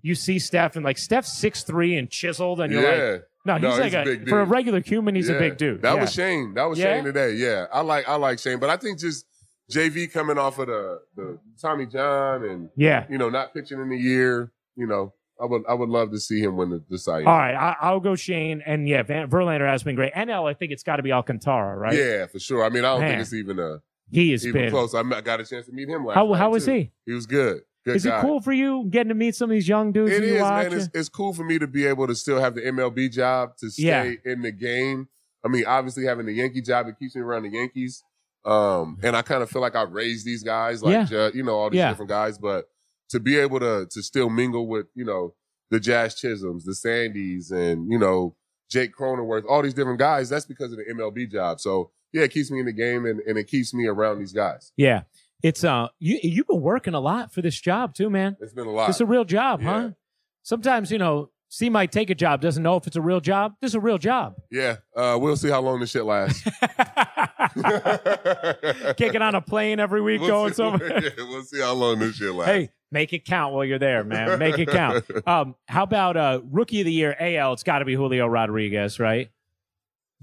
you see Steph and like Steph's six three and chiseled, and you're like, yeah, no, he's No, like he's a a, big for a dude. regular human, he's yeah. a big dude. That Yeah. was Shane. That was Yeah? Shane today. Yeah, I like I like Shane, but I think just JV coming off of the the Tommy John and yeah. you know not pitching in the year. You know, I would I would love to see him win the, the Cy Young. All right, I, I'll go Shane, and yeah, Van, Verlander has been great. NL, I think it's got to be Alcantara, right? Yeah, for sure. I mean, I don't Man. think it's even a he has even been. close. I met- got a chance to meet him last. How night, how is too. he? He was good. Good is guy. it cool for you getting to meet some of these young dudes? It that you is, watch? man. It's, it's cool for me to be able to still have the MLB job to stay Yeah. in the game. I mean, obviously having the Yankee job it keeps me around the Yankees. Um, and I kind of feel like I've raised these guys, like uh, you know all these Yeah. different guys, but to be able to to still mingle with you know the Jazz Chisholms, the Sandys, and you know Jake Cronenworth, all these different guys. That's because of the MLB job. So yeah, it keeps me in the game and, and it keeps me around these guys. yeah, it's uh, you you've been working a lot for this job too, man. It's been a lot. It's a real job, Yeah. huh? Sometimes, you know, C might take a job, doesn't know if it's a real job. This is a <laughs> real job. yeah, uh, we'll see how long this shit <laughs> lasts. <laughs> Kicking on a plane every week, going see, <laughs> somewhere. yeah, we'll see how long this shit lasts. hey, make it count while you're there, man. Make <laughs> it count. Um, how about uh, rookie of the year AL? It's got to be Julio Rodriguez, right?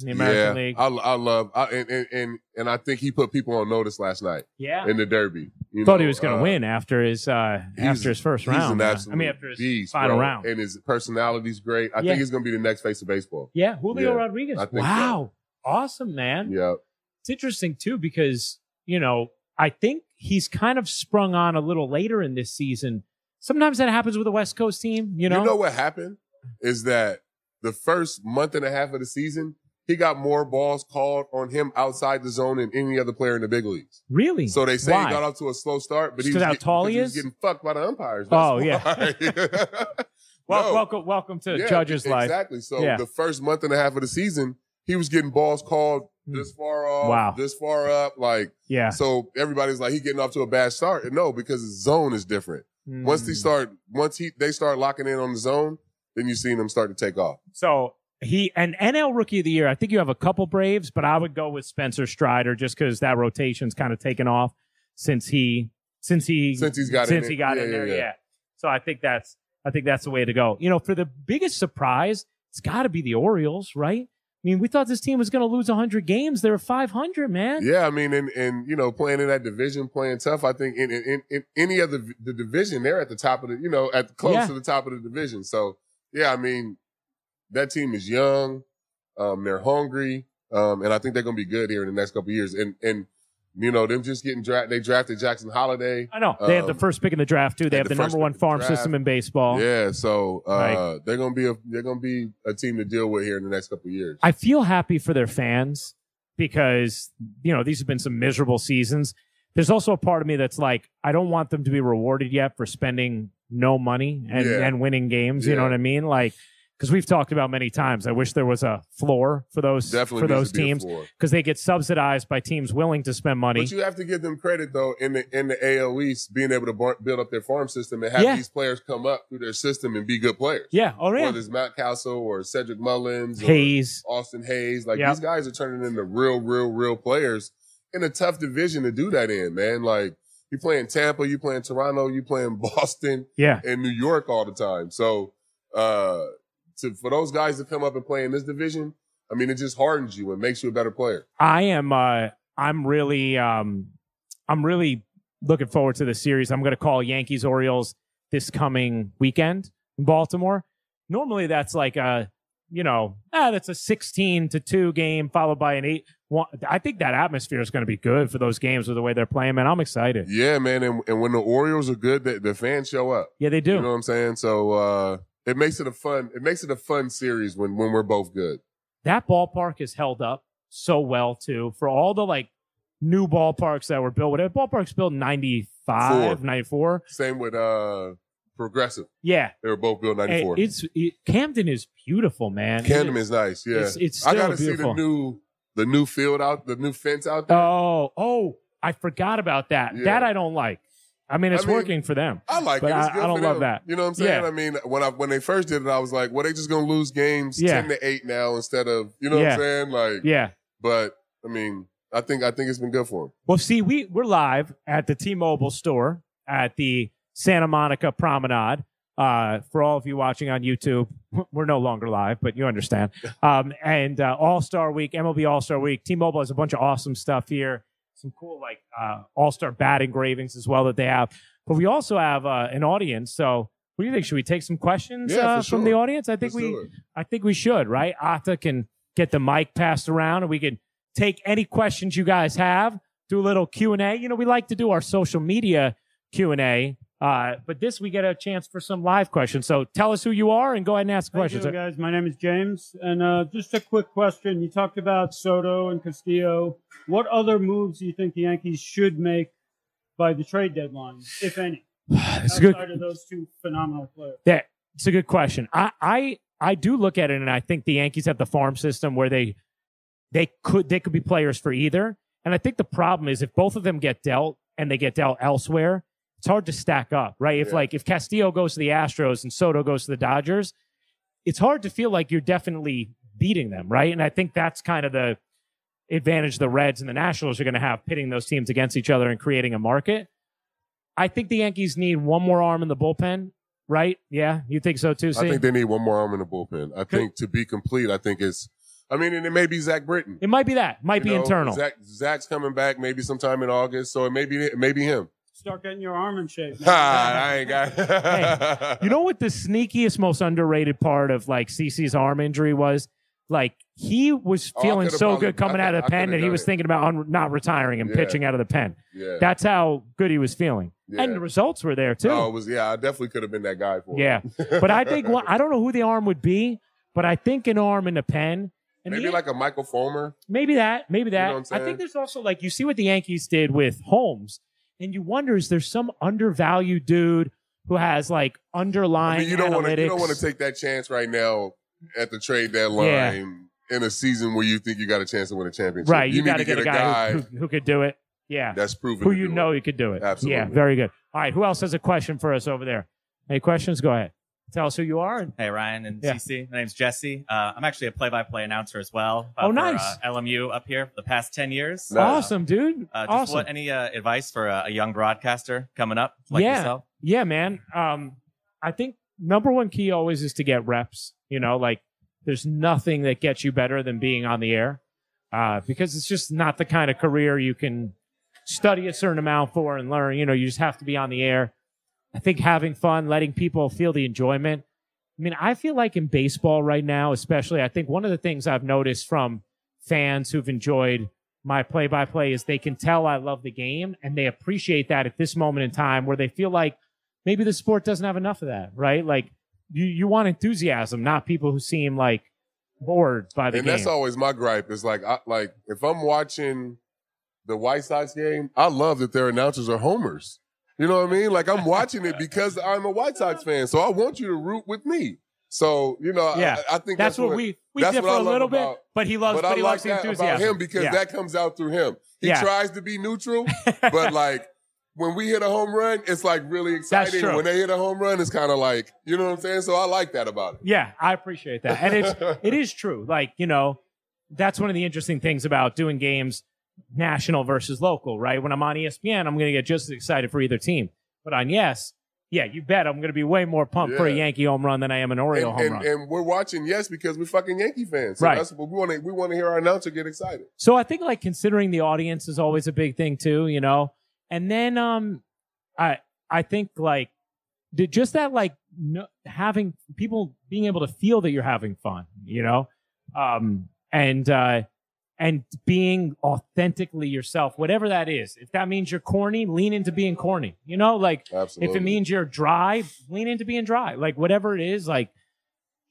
In the American yeah, League. I, I love I, and, and and and I think he put people on notice last night yeah. in the Derby. You Thought know, he was going to uh, win after his uh, he's- after his first He's round. an man. absolute I mean, after his beast, final bro. round. and his personality's great. I Yeah. think he's going to be the next face of baseball. yeah, Julio Yeah, Rodriguez. I think so. Wow, awesome, man. Yeah, it's interesting too because you know I think he's kind of sprung on a little later in this season. Sometimes that happens with a West Coast team, you know. what happened is that the first month and a half of the season, he got more balls called on him outside the zone than any other player in the big leagues. really? So they say Why? he got off to a slow start, but he Just was, 'cause how get- tall because he was is? getting fucked by the umpires. Oh, <laughs> yeah. Wel- welcome, welcome to Yeah, Judge's exactly. life. So Yeah. the first month and a half of the season, he was getting balls called Hmm. this far off, Wow. this far up. Like Yeah. so, everybody's like, he getting off to a bad start. And no, because his zone is different. Once they Mm. start, once he they start locking in on the zone, then you seen them start to take off. So he and NL Rookie of the Year. I think you have a couple Braves, but I would go with Spencer Strider just because that rotation's kind of taken off since he since he Since he's got in since it. he got Yeah, in yeah, there. yeah. Yeah, So I think that's I think that's the way to go. You know, for the biggest surprise, it's got to be the Orioles, right? I mean, we thought this team was going to lose 100 games. They're 500, <laughs> man. Yeah, I mean, and and you know, playing in that division, playing tough. I think in in, in, in any other the division, they're at the top of the you know at close Yeah. to the top of the division. So yeah, I mean, that team is young, um, they're hungry, um, and I think they're going to be good here in the next couple of years. And and you know, them just getting drafted. They drafted Jackson Holiday. I know. They have the Um, first pick in the draft too. They they have had the, the number first pick one in the farm draft. system in baseball. Yeah, so uh, Oh. Right. they're going to be a they're going to be a team to deal with here in the next couple of years. I feel happy for their fans because you know these have been some miserable seasons. There's also a part of me that's like, I don't want them to be rewarded yet for spending no money and, Yeah. and winning games. You Yeah. know what I mean? Like, because we've talked about many times. I wish there was a floor for those Definitely for needs those to be a teams floor. because they get subsidized by teams willing to spend money. But you have to give them credit though in the in the AL East being able to bar- build up their farm system and have Yeah. these players come up through their system and be good players. yeah. Oh yeah. Whether it's Mount Castle or Cedric Mullins Hayes. or Austin Hayes, like Yeah. these guys are turning into real, real, real players in a tough division to do that in, man. Like you playing Tampa, you playing Toronto, you playing <laughs> Boston Yeah. and New York all the time. So uh to for those guys to come up and play in this division, I mean it just hardens you and makes you a better player. I am uh I'm really um I'm really looking forward to the series. I'm gonna call Yankees Orioles this coming weekend in Baltimore. Normally that's like a you know, ah, that's a 16 to 2 game followed by an 8 1. I think that atmosphere is going to be good for those games with the way they're playing, man. I'm excited. Yeah, man. And, and when the Orioles are good, the, the fans show up. Yeah, they do. You know what I'm saying? So uh, it makes it a fun. It makes it a fun series when when we're both good. that ballpark is held up so well too for all the like new ballparks that were built. Whatever ballpark's built in 95, 94. Same with uh, Progressive. Yeah. They were both built Hey, '94. It's it, Camden is beautiful, man. Camden It- is nice. Yeah, It's, it's still I gotta see beautiful. the new the new field out, the new fence out there. oh, oh, I forgot about that. Yeah. That I don't like. I mean, I it's mean, working for them. I like but it. It's I- good I don't for love them. that. You know what I'm saying? Yeah. I mean, when I when they first did it, I was like, "Well, they just gonna lose games Yeah. ten to eight now instead of you know what Yeah. I'm saying?" Like, Yeah. but I mean, I think I think it's been good for them. Well, see, we we're live at the T-Mobile store at the Santa Monica Promenade. Uh, for all of you watching on YouTube, <laughs> we're no longer live, but you understand. Um, and uh, All Star Week, MLB All Star Week, T-Mobile has a bunch of awesome stuff here. Some cool like uh, All Star bat engravings as well that they have. But we also have uh, an audience. So, what do you think? Should we take some questions Yeah, for uh, from the sure. audience? I think Let's we do it. I think we should, right? Atta can get the mic passed around and we can take any questions you guys have, do a little Q&A. You know, we like to do our social media Q&A, uh, but this we get a chance for some live questions. So tell us who you are and go ahead and ask Thank questions. you, guys. My name is James, and uh, just a quick question. You talked about Soto and Castillo. What other moves do you think the Yankees should make by the trade deadline, <sighs> if any? It's a good outside of those two phenomenal players. It's a good question. I, I I do look at it, and I think the Yankees have the farm system where they they could they could be players for either. And I think the problem is if both of them get dealt and they get dealt elsewhere, it's hard to stack up, right? If Yeah. like if Castillo goes to the Astros and Soto goes to the Dodgers, it's hard to feel like you're definitely beating them, right? And I think that's kind of the advantage the Reds and the Nationals are going to have pitting those teams against each other and creating a market. I think the Yankees need one more arm in the bullpen, right? Yeah, you think so too? I Sid? think they need one more arm in the bullpen. I think to be complete, I think it's. I mean, and it may be Zach Britton. it might be that. Might You be know, internal. Zach, Zach's coming back maybe sometime in August, so it may be it may be <laughs> him. Start getting your arm in shape. Ha, I ain't got. <laughs> uh, You know what the sneakiest, most underrated part of like CC's arm injury was? Like he was Oh, I feeling could've so probably- good coming I out of could- the I pen could've that he done was it. thinking about un- not retiring and Yeah. pitching out of the pen. yeah, That's how good he was feeling, yeah. Oh, and the results were there too. No, it was yeah. I definitely could have been that guy for. him. yeah, but <laughs> I think one, I don't know who the arm would be, but I think an arm in the pen. And maybe the- like a Michael Fulmer. Maybe that. Maybe know that. what I'm I saying? think there's also like you see what the Yankees did with Holmes, and you wonder is there some undervalued dude who has like I underlying mean, you don't want to you don't analytics? want to take that chance right now at the trade deadline in a season where you think you got a chance to win a championship. right. You, need got to to get, a guy, <laughs> who, who, who could do it. Yeah, that's proven who to you do know it. you could do it. Yeah, Absolutely. very good. All right, who else has a question for us over there? Any questions? Go ahead. Tell us who you are. And Hey, Ryan and Yeah. CC. My name's Jesse. Uh, I'm actually a play-by-play announcer as well. Oh, for, nice. Uh, LMU up here for the past 10 years. Nice. Awesome, dude. Uh, just awesome. what, any uh, advice for uh, a young broadcaster coming up like Yeah. yourself? Yeah, man. Um, I think number one key always is to get reps. You know, like there's nothing that gets you better than being on the air uh, because it's just not the kind of career you can study a certain amount for and learn. You know, you just have to be on the air. I think having fun, letting people feel the enjoyment. I mean, I feel like in baseball right now, especially, I think one of the things I've noticed from fans who've enjoyed my play by play is they can tell I love the game and they appreciate that at this moment in time where they feel like maybe the sport doesn't have enough of that, right? Like you, you want enthusiasm, not people who seem like bored by the and game. that's always my gripe is like I, like if I'm watching the White Sox game, I love that their announcers are homers. You know what I mean? Like I'm watching it because I'm a White Sox fan, so I want you to root with me. So you know, I- Yeah. I, <laughs> I think that's, that's, what, we we that's differ what I a love little bit, about- but he loves But but I he like loves the that about enthusiasm him because Yeah. that comes out through him. He Yeah. tries to be <laughs> neutral, but like when we hit a home run, it's like really exciting. true. When they hit a home run, it's kind of like you know what I'm saying. So I like that about it. Yeah, I appreciate that. <laughs> And it's <laughs> it is true. Like, you know, that's one of the interesting things about doing games national versus local, right? When I'm on E ESPN, I'm going to get just as excited for either team. But on Yes, yeah, you bet I'm going to be way more pumped for a Yeah. Yankee home run than I am an and, Oriole home and, run. and we're watching yes because we're fucking Yankee fans. So Right. That's what we want to we want to hear our announcer get excited. So I think like considering the audience is always a big thing too, you know. And then um I I think like did just that like no, having people being able to feel that you're having fun, you know, um, and uh, and being authentically yourself, whatever that is. If that means you're corny, lean into being corny. You know, like Absolutely. if it means you're dry, lean into being dry. Like whatever it is, like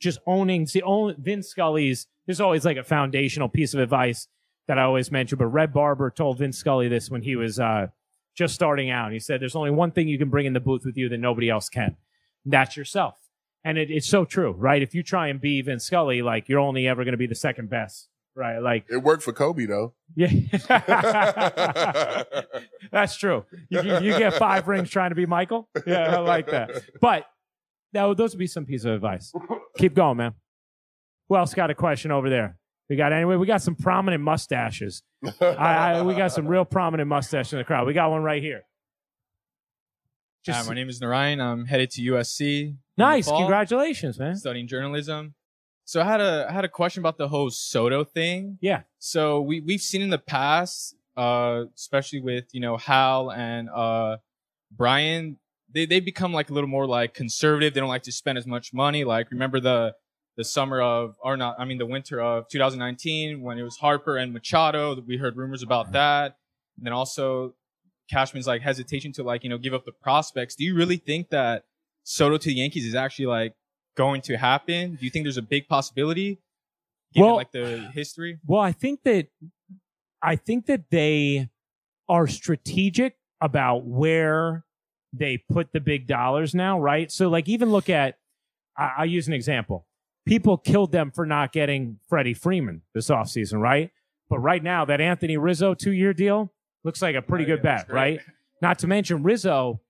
just owning. See, own, Vince Scully's. There's always like a foundational piece of advice that I always mention. But Red Barber told Vince Scully this when he was uh, just starting out. He said, "There's only one thing you can bring in the booth with you that nobody else can. And that's yourself." And it, it's so true, right? If you try and be Vince Scully, like you're only ever going to be the second best, right? Like, it worked for Kobe though. <laughs> yeah. <laughs> That's true. You, you, you get five rings trying to be Michael. Yeah, I like that. But that would, those would be some piece of advice. Keep going, man. Who else got a question over there? We got anyway. We got some prominent mustaches. I, I, we <laughs> got some real prominent mustache in the crowd. We got one right here. Hi, Just my name is Narayan. I'm headed to USC. in the nice. fall, Congratulations, man. Studying journalism. So I had a I had a question about the whole Soto thing. Yeah. So we we've seen in the past, uh, especially with you know Hal and uh, Brian, they they become like a little more like conservative. They don't like to spend as much money. Like remember the the summer of or not I mean the winter of 2019 when it was Harper and Machado. We heard rumors Mm-hmm. about that. And then also Cashman's like hesitation to like you know give up the prospects. Do you really think that Soto to the Yankees is actually like going to happen? Do you think there's a big possibility? Given, Well- like the history. Well, I think that I think that they are strategic about where they put the big dollars now, right? So, like, even look at I, I'll use an example. People killed them for not getting Freddie Freeman this offseason, right? But right now, that Anthony Rizzo two year deal looks like a pretty Oh, good yeah, bet, that's great. right? Not to mention Rizzo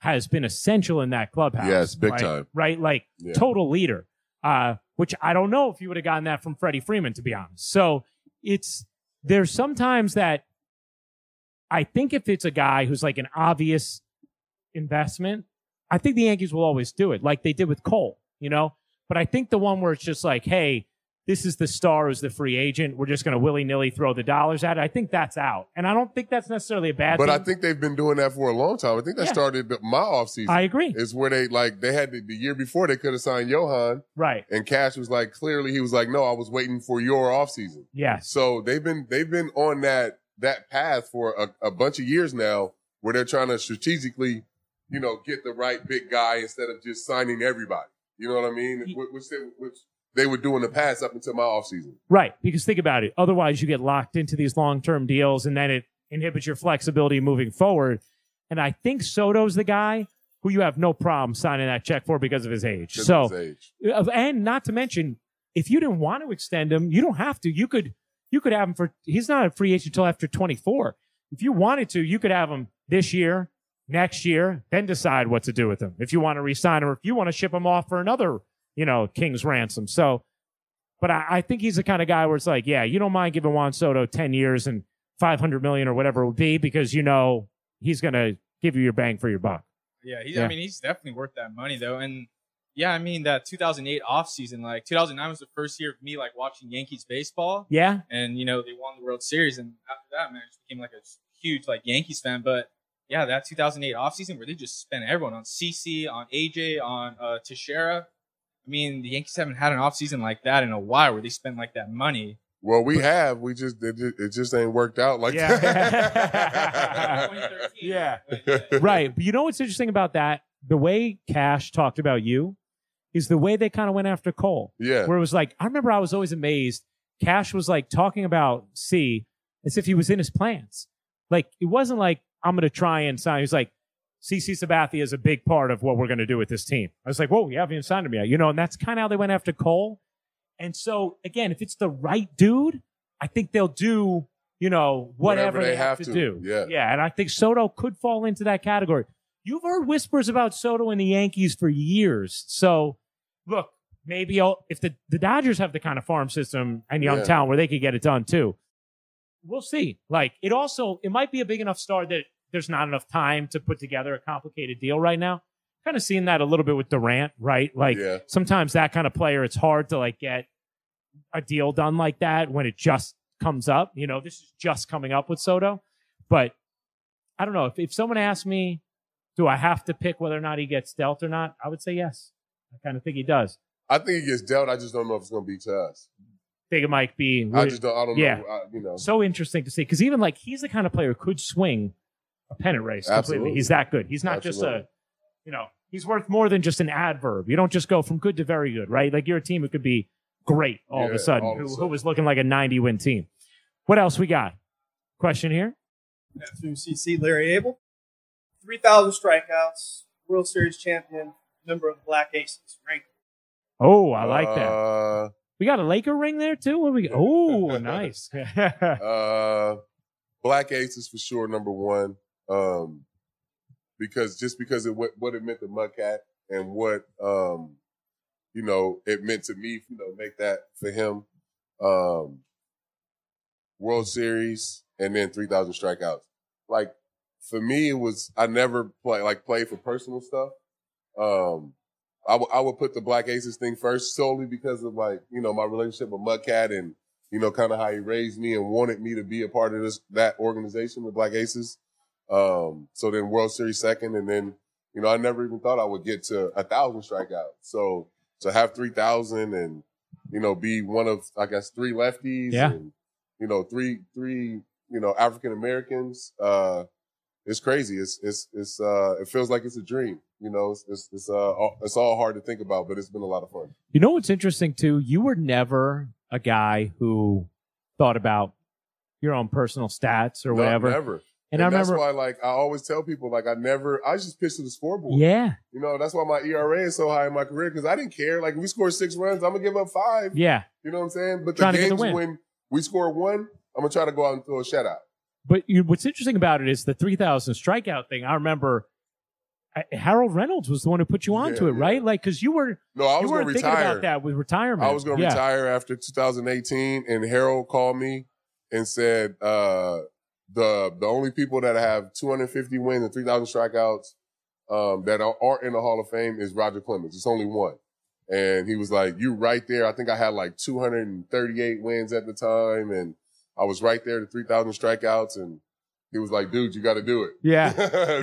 has been essential in that clubhouse. Yes, big right? time. Right? Like Yeah. total leader. Uh, which I don't know if you would have gotten that from Freddie Freeman, to be honest. So it's there's sometimes that I think if it's a guy who's like an obvious investment, I think the Yankees will always do it, like they did with Cole, you know? But I think the one where it's just like, hey, this is the star who's the free agent. We're just going to willy nilly throw the dollars at it. I think that's out. And I don't think that's necessarily a bad But thing. I think they've been doing that for a long time. I think that Yeah. started the- my offseason. I agree. It's where they like they had the, the year before they could have signed Johan Right. and Cash was like clearly he was like no I was waiting for your offseason. Yes. So they've been they've been on that that path for a, a bunch of years now where they're trying to strategically, you know, get the right big guy instead of just signing everybody. You know what I mean? Ye- Which, which, they, which they would do in the past up until my offseason. Right. Because think about it. Otherwise, you get locked into these long term deals and then it inhibits your flexibility moving forward. And I think Soto's the guy who you have no problem signing that check for because of his age. because So, of his age. of- and not to mention, if you didn't want to extend him, you don't have to. You could you could have him for he's not a free agent until after 24. If you wanted to, you could have him this year, next year, then decide what to do with him. If you want to re-sign him or if you want to ship him off for another, you know, King's ransom. So but I, I think he's the kind of guy where it's like, yeah, you don't mind giving Juan Soto 10 years and 500 million or whatever it would be because you know he's going to give you your bang for your buck. Yeah, he, Yeah. I mean, he's definitely worth that money though. And yeah, I mean that 2008 offseason, like 2009 was the first year of me like watching Yankees baseball, Yeah. and you know they won the World Series, and after that, man, I just became like a huge like Yankees fan. But yeah, that 2008 offseason where they just spent everyone on CC, on AJ, on uh, Teixeira. I mean, the Yankees haven't had an offseason like that in a while where they spend like that money. Well, we have. We just it, ju- it just ain't worked out like Yeah. <laughs> that. 2013, Yeah. but, yeah. <laughs> right. But you know what's interesting about that? The way Cash talked about you is the way they kind of went after Cole, <laughs> yeah. where it was like, I remember I was always amazed. Cash was like talking about C as if he was in his plans. Like, it wasn't like, I'm going to try and sign. He was like, CC Sabathia is a big part of what we're going to do with this team. I was like, whoa, you haven't even signed him yet. You know, and that's kind of how they went after Cole. And so, again, if it's the right dude, I think they'll do, you know, whatever, they, have, to, do. Yeah. Yeah. And I think Soto could fall into that category. You've heard whispers about Soto and the Yankees for years. So, look, maybe I'll, if the, the Dodgers have the kind of farm system and young Yeah. town where they could get it done too, we'll see. Like, it also, it might be a big enough star that there's not enough time to put together a complicated deal right now. Kind of seeing that a little bit with Durant, right? Like, yeah. sometimes that kind of player, it's hard to like get a deal done like that when it just comes up. You know, this is just coming up with Soto. But I don't know if, if someone asked me Do I have to pick whether or not he gets dealt or not? I would say yes. I kind of think he does. I think he gets dealt. I just don't know if it's going to be to us. think it might be. I just don't. I don't Yeah. know. I, you know. so interesting to see because even like he's the kind of player who could swing a pennant race completely. Absolutely. He's that good. He's not just a, Absolutely. you know, he's worth more than just an adverb. You don't just go from good to very good, right? Like you're a team who could be great all of Yeah, a sudden, all of a who, who sudden. was looking like a 90 win team. What else we got? Question here. Through CC Larry Abel. 3,000 strikeouts, World Series champion, member of the Black Aces. Ranked Oh, I like that. Uh, We got a Laker ring there too. What do we? <laughs> Oh, nice. <laughs> uh, Black Ace is for sure number one. Um, because just because it what, what it meant to Mudcat and what um, you know, it meant to me, you know, make that for him. Um, World Series and then three thousand strikeouts. Like for me, it was I never play like played for personal stuff. Um, I would I would put the Black Aces thing first solely because of like you know my relationship with Mudcat and you know, kind of how he raised me and wanted me to be a part of this that organization, the Black Aces. Um, so then World Series second, and then you know, I never even thought I would get to a thousand strikeouts. So to have three thousand and you know be one of I guess three lefties, Yeah. and, you know three three you know African Americans, uh, it's crazy. It's it's it's uh, it feels like it's a dream. You know, it's it's, it's uh all- it's all hard to think about, but it's been a lot of fun. You know what's interesting too? You were never a guy who thought about your own personal stats or No, whatever. never. And, I that's remember, why, like, I always tell people, like, I never, I just pitch to the scoreboard. yeah, You know, that's why my ERA is so high in my career because I didn't care. Like, if we scored six runs, I'm gonna give up five. yeah. You know what I'm saying? But Trying to the get the games win. when we score one, I'm gonna try to go out and throw a shutout. But you, what's interesting about it is the three thousand strikeout thing. I remember uh, Harold Reynolds was the one who put you onto Yeah, it, yeah. right? Like because you were No, I you was gonna weren't thinking about retire. that with retirement. I was gonna Yeah. retire after 2018, and Harold called me and said, uh, the the only people that have 250 wins and 3,000 strikeouts um, that are, aren't in the Hall of Fame is Roger Clemens. It's only one. And he was like, you right there. I think I had like 238 wins at the time. And I was right there to 3,000 strikeouts. And he was like, dude, you got to do it. Yeah,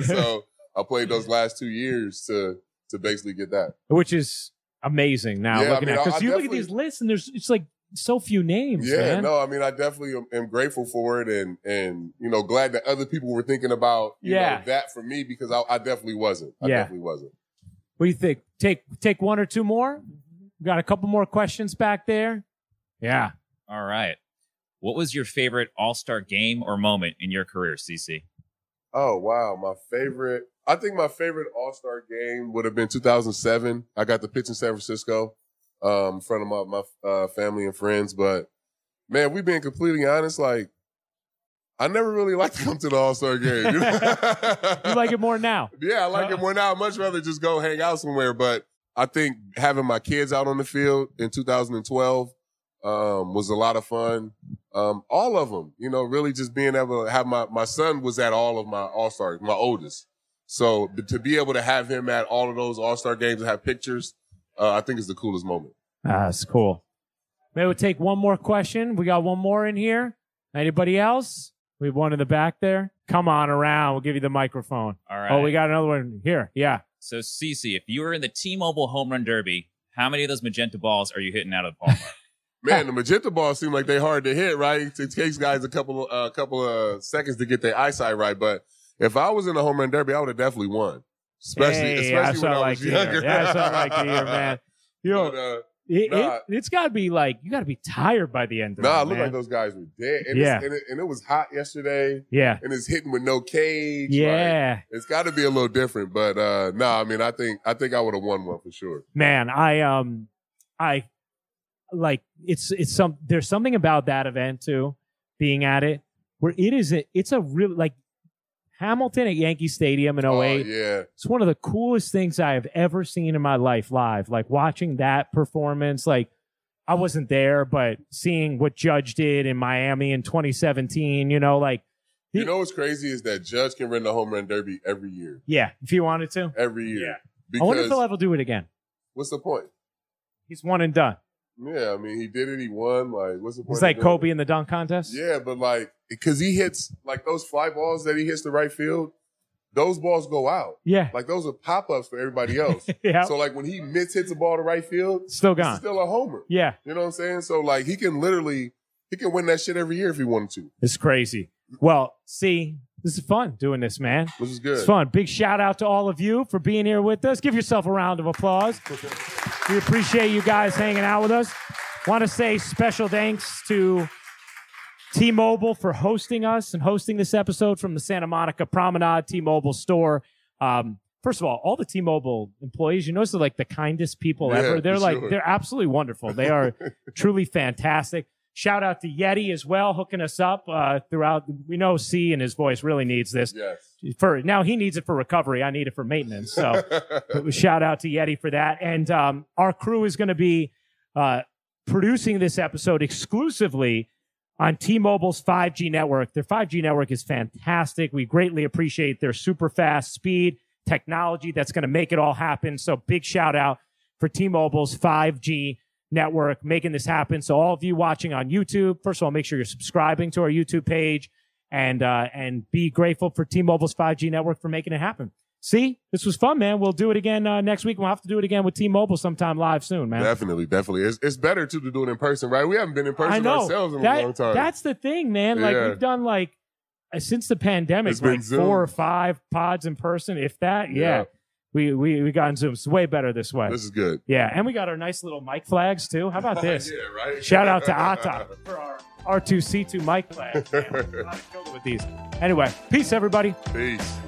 <laughs> so <laughs> I played those last two years to, to basically get that. which is amazing. Now Yeah, I looking mean, at I- because I you look at definitely- these lists and there's it's like so few names. Yeah, man. no, I mean, I definitely am, am grateful for it, and and you know, glad that other people were thinking about you Yeah. know, that for me because I, I definitely wasn't. I Yeah. definitely wasn't. What do you think? Take take one or two more. We got a couple more questions back there. Yeah. All right. What was your favorite All Star game or moment in your career, CC? Oh wow, my favorite. I think my favorite All Star game would have been 2007. I got the pitch in San Francisco, um, in front of my my uh, family and friends. But man, we being completely honest, like I never really liked to come to the All Star <laughs> game. you You like it more now? Yeah, I like Uh, it more now. I'd much rather just go hang out somewhere. But I think having my kids out on the field in 2012 um, was a lot of fun. Um, all of them, you know, really just being able to have my, my son was at all of my all stars, my oldest. So but to be able to have him at all of those all star games and have pictures, uh, I think is the coolest moment. Ah, that's cool. Maybe we'll take one more question. We got one more in here. Anybody else? We have one in the back there. Come on around. We'll give you the microphone. All right. Oh, we got another one here. Yeah. so, CC, if you were in the T Mobile Home Run Derby, how many of those magenta balls are you hitting out of the ballpark? Man, the magenta balls seem like they hard to hit, right? It takes guys a couple uh, a couple of seconds to get their eyesight right. But if I was in a home run derby, I would have definitely won. Especially, Hey, that's especially what when I, I like was to hear. younger. That's what I like to <laughs> hear, man. You know, But, uh, it, nah. has got to be like, you got to be tired by the end of nah, it it. looked man. like those guys were dead. And, Yeah. it's, and, it, and it was hot yesterday, yeah. and it's hitting with no cage. Like, Yeah. it's got to be a little different. But uh, nah, I mean, I think I think I would have won one for sure. man i um i like it's it's some there's something about that event too being at it where it is a, it's a real like hamilton at yankee stadium in 08 Oh, yeah, it's one of the coolest things i have ever seen in my life live like watching that performance like i wasn't there but seeing what judge did in miami in 2017 you know like you know what's crazy is that Judge can win the home run derby every year, yeah if you wanted to every year. Yeah. i wonder if Because he'll ever do it again what's the point? he's one and done Yeah, I mean, he did it. He won. Like, what's the point? he's of like doing kobe it? in the dunk contest Yeah, but like, because he hits like those fly balls that he hits to right field. those balls go out. Yeah. <laughs> Like those are pop ups for everybody else. Yeah. So like when he miss hits a ball to right field, Still it's gone. still a homer. Yeah. You know what I'm saying? So like he can literally he can win that shit every year if he wanted to, It's crazy. Well, see, this is fun doing this, man. which is good. It's fun. Big shout out to all of you for being here with us. Give yourself a round of applause. We appreciate you guys hanging out with us. Want to say special thanks to T Mobile for hosting us and hosting this episode from the Santa Monica Promenade T Mobile store. Um, first of all, all the T Mobile employees, you notice they're like the kindest people Yeah, ever. They're for like, sure. they're absolutely wonderful. <laughs> They are truly fantastic. Shout out to Yeti as well, hooking us up uh, throughout. We know C and his voice really needs this Yes. for now he needs it for recovery. I need it for <laughs> maintenance. So but shout out to Yeti for that. And um, our crew is going to be uh, producing this episode exclusively on T-Mobile's 5G network. Their 5G network is fantastic. We greatly appreciate their super fast speed technology that's going to make it all happen. So big shout out for T-Mobile's 5G network making this happen. So all of you watching on YouTube, first of all, make sure you're subscribing to our YouTube page and uh, and be grateful for T-Mobile's 5G network for making it happen. See, this was fun, man. We'll do it again uh, next week. We'll have to do it again with T-Mobile sometime live soon, man. Definitely, definitely. It's, it's better too to do it in person, right? We haven't been in I person know. ourselves in That- a long time. That's the thing, man. Like Yeah. we've done like uh, since the pandemic, It's been like Zoom. four or five pods in person, if that. Yeah, Yeah. we we we got in Zoom. It's way better this way. this is good. yeah, and we got our nice little mic flags too. <laughs> How about this? yeah, right. Shout out to Ata for our <laughs> <laughs> R2C2 mic flag. Man, I'm not killed with these. Anyway, peace everybody. Peace.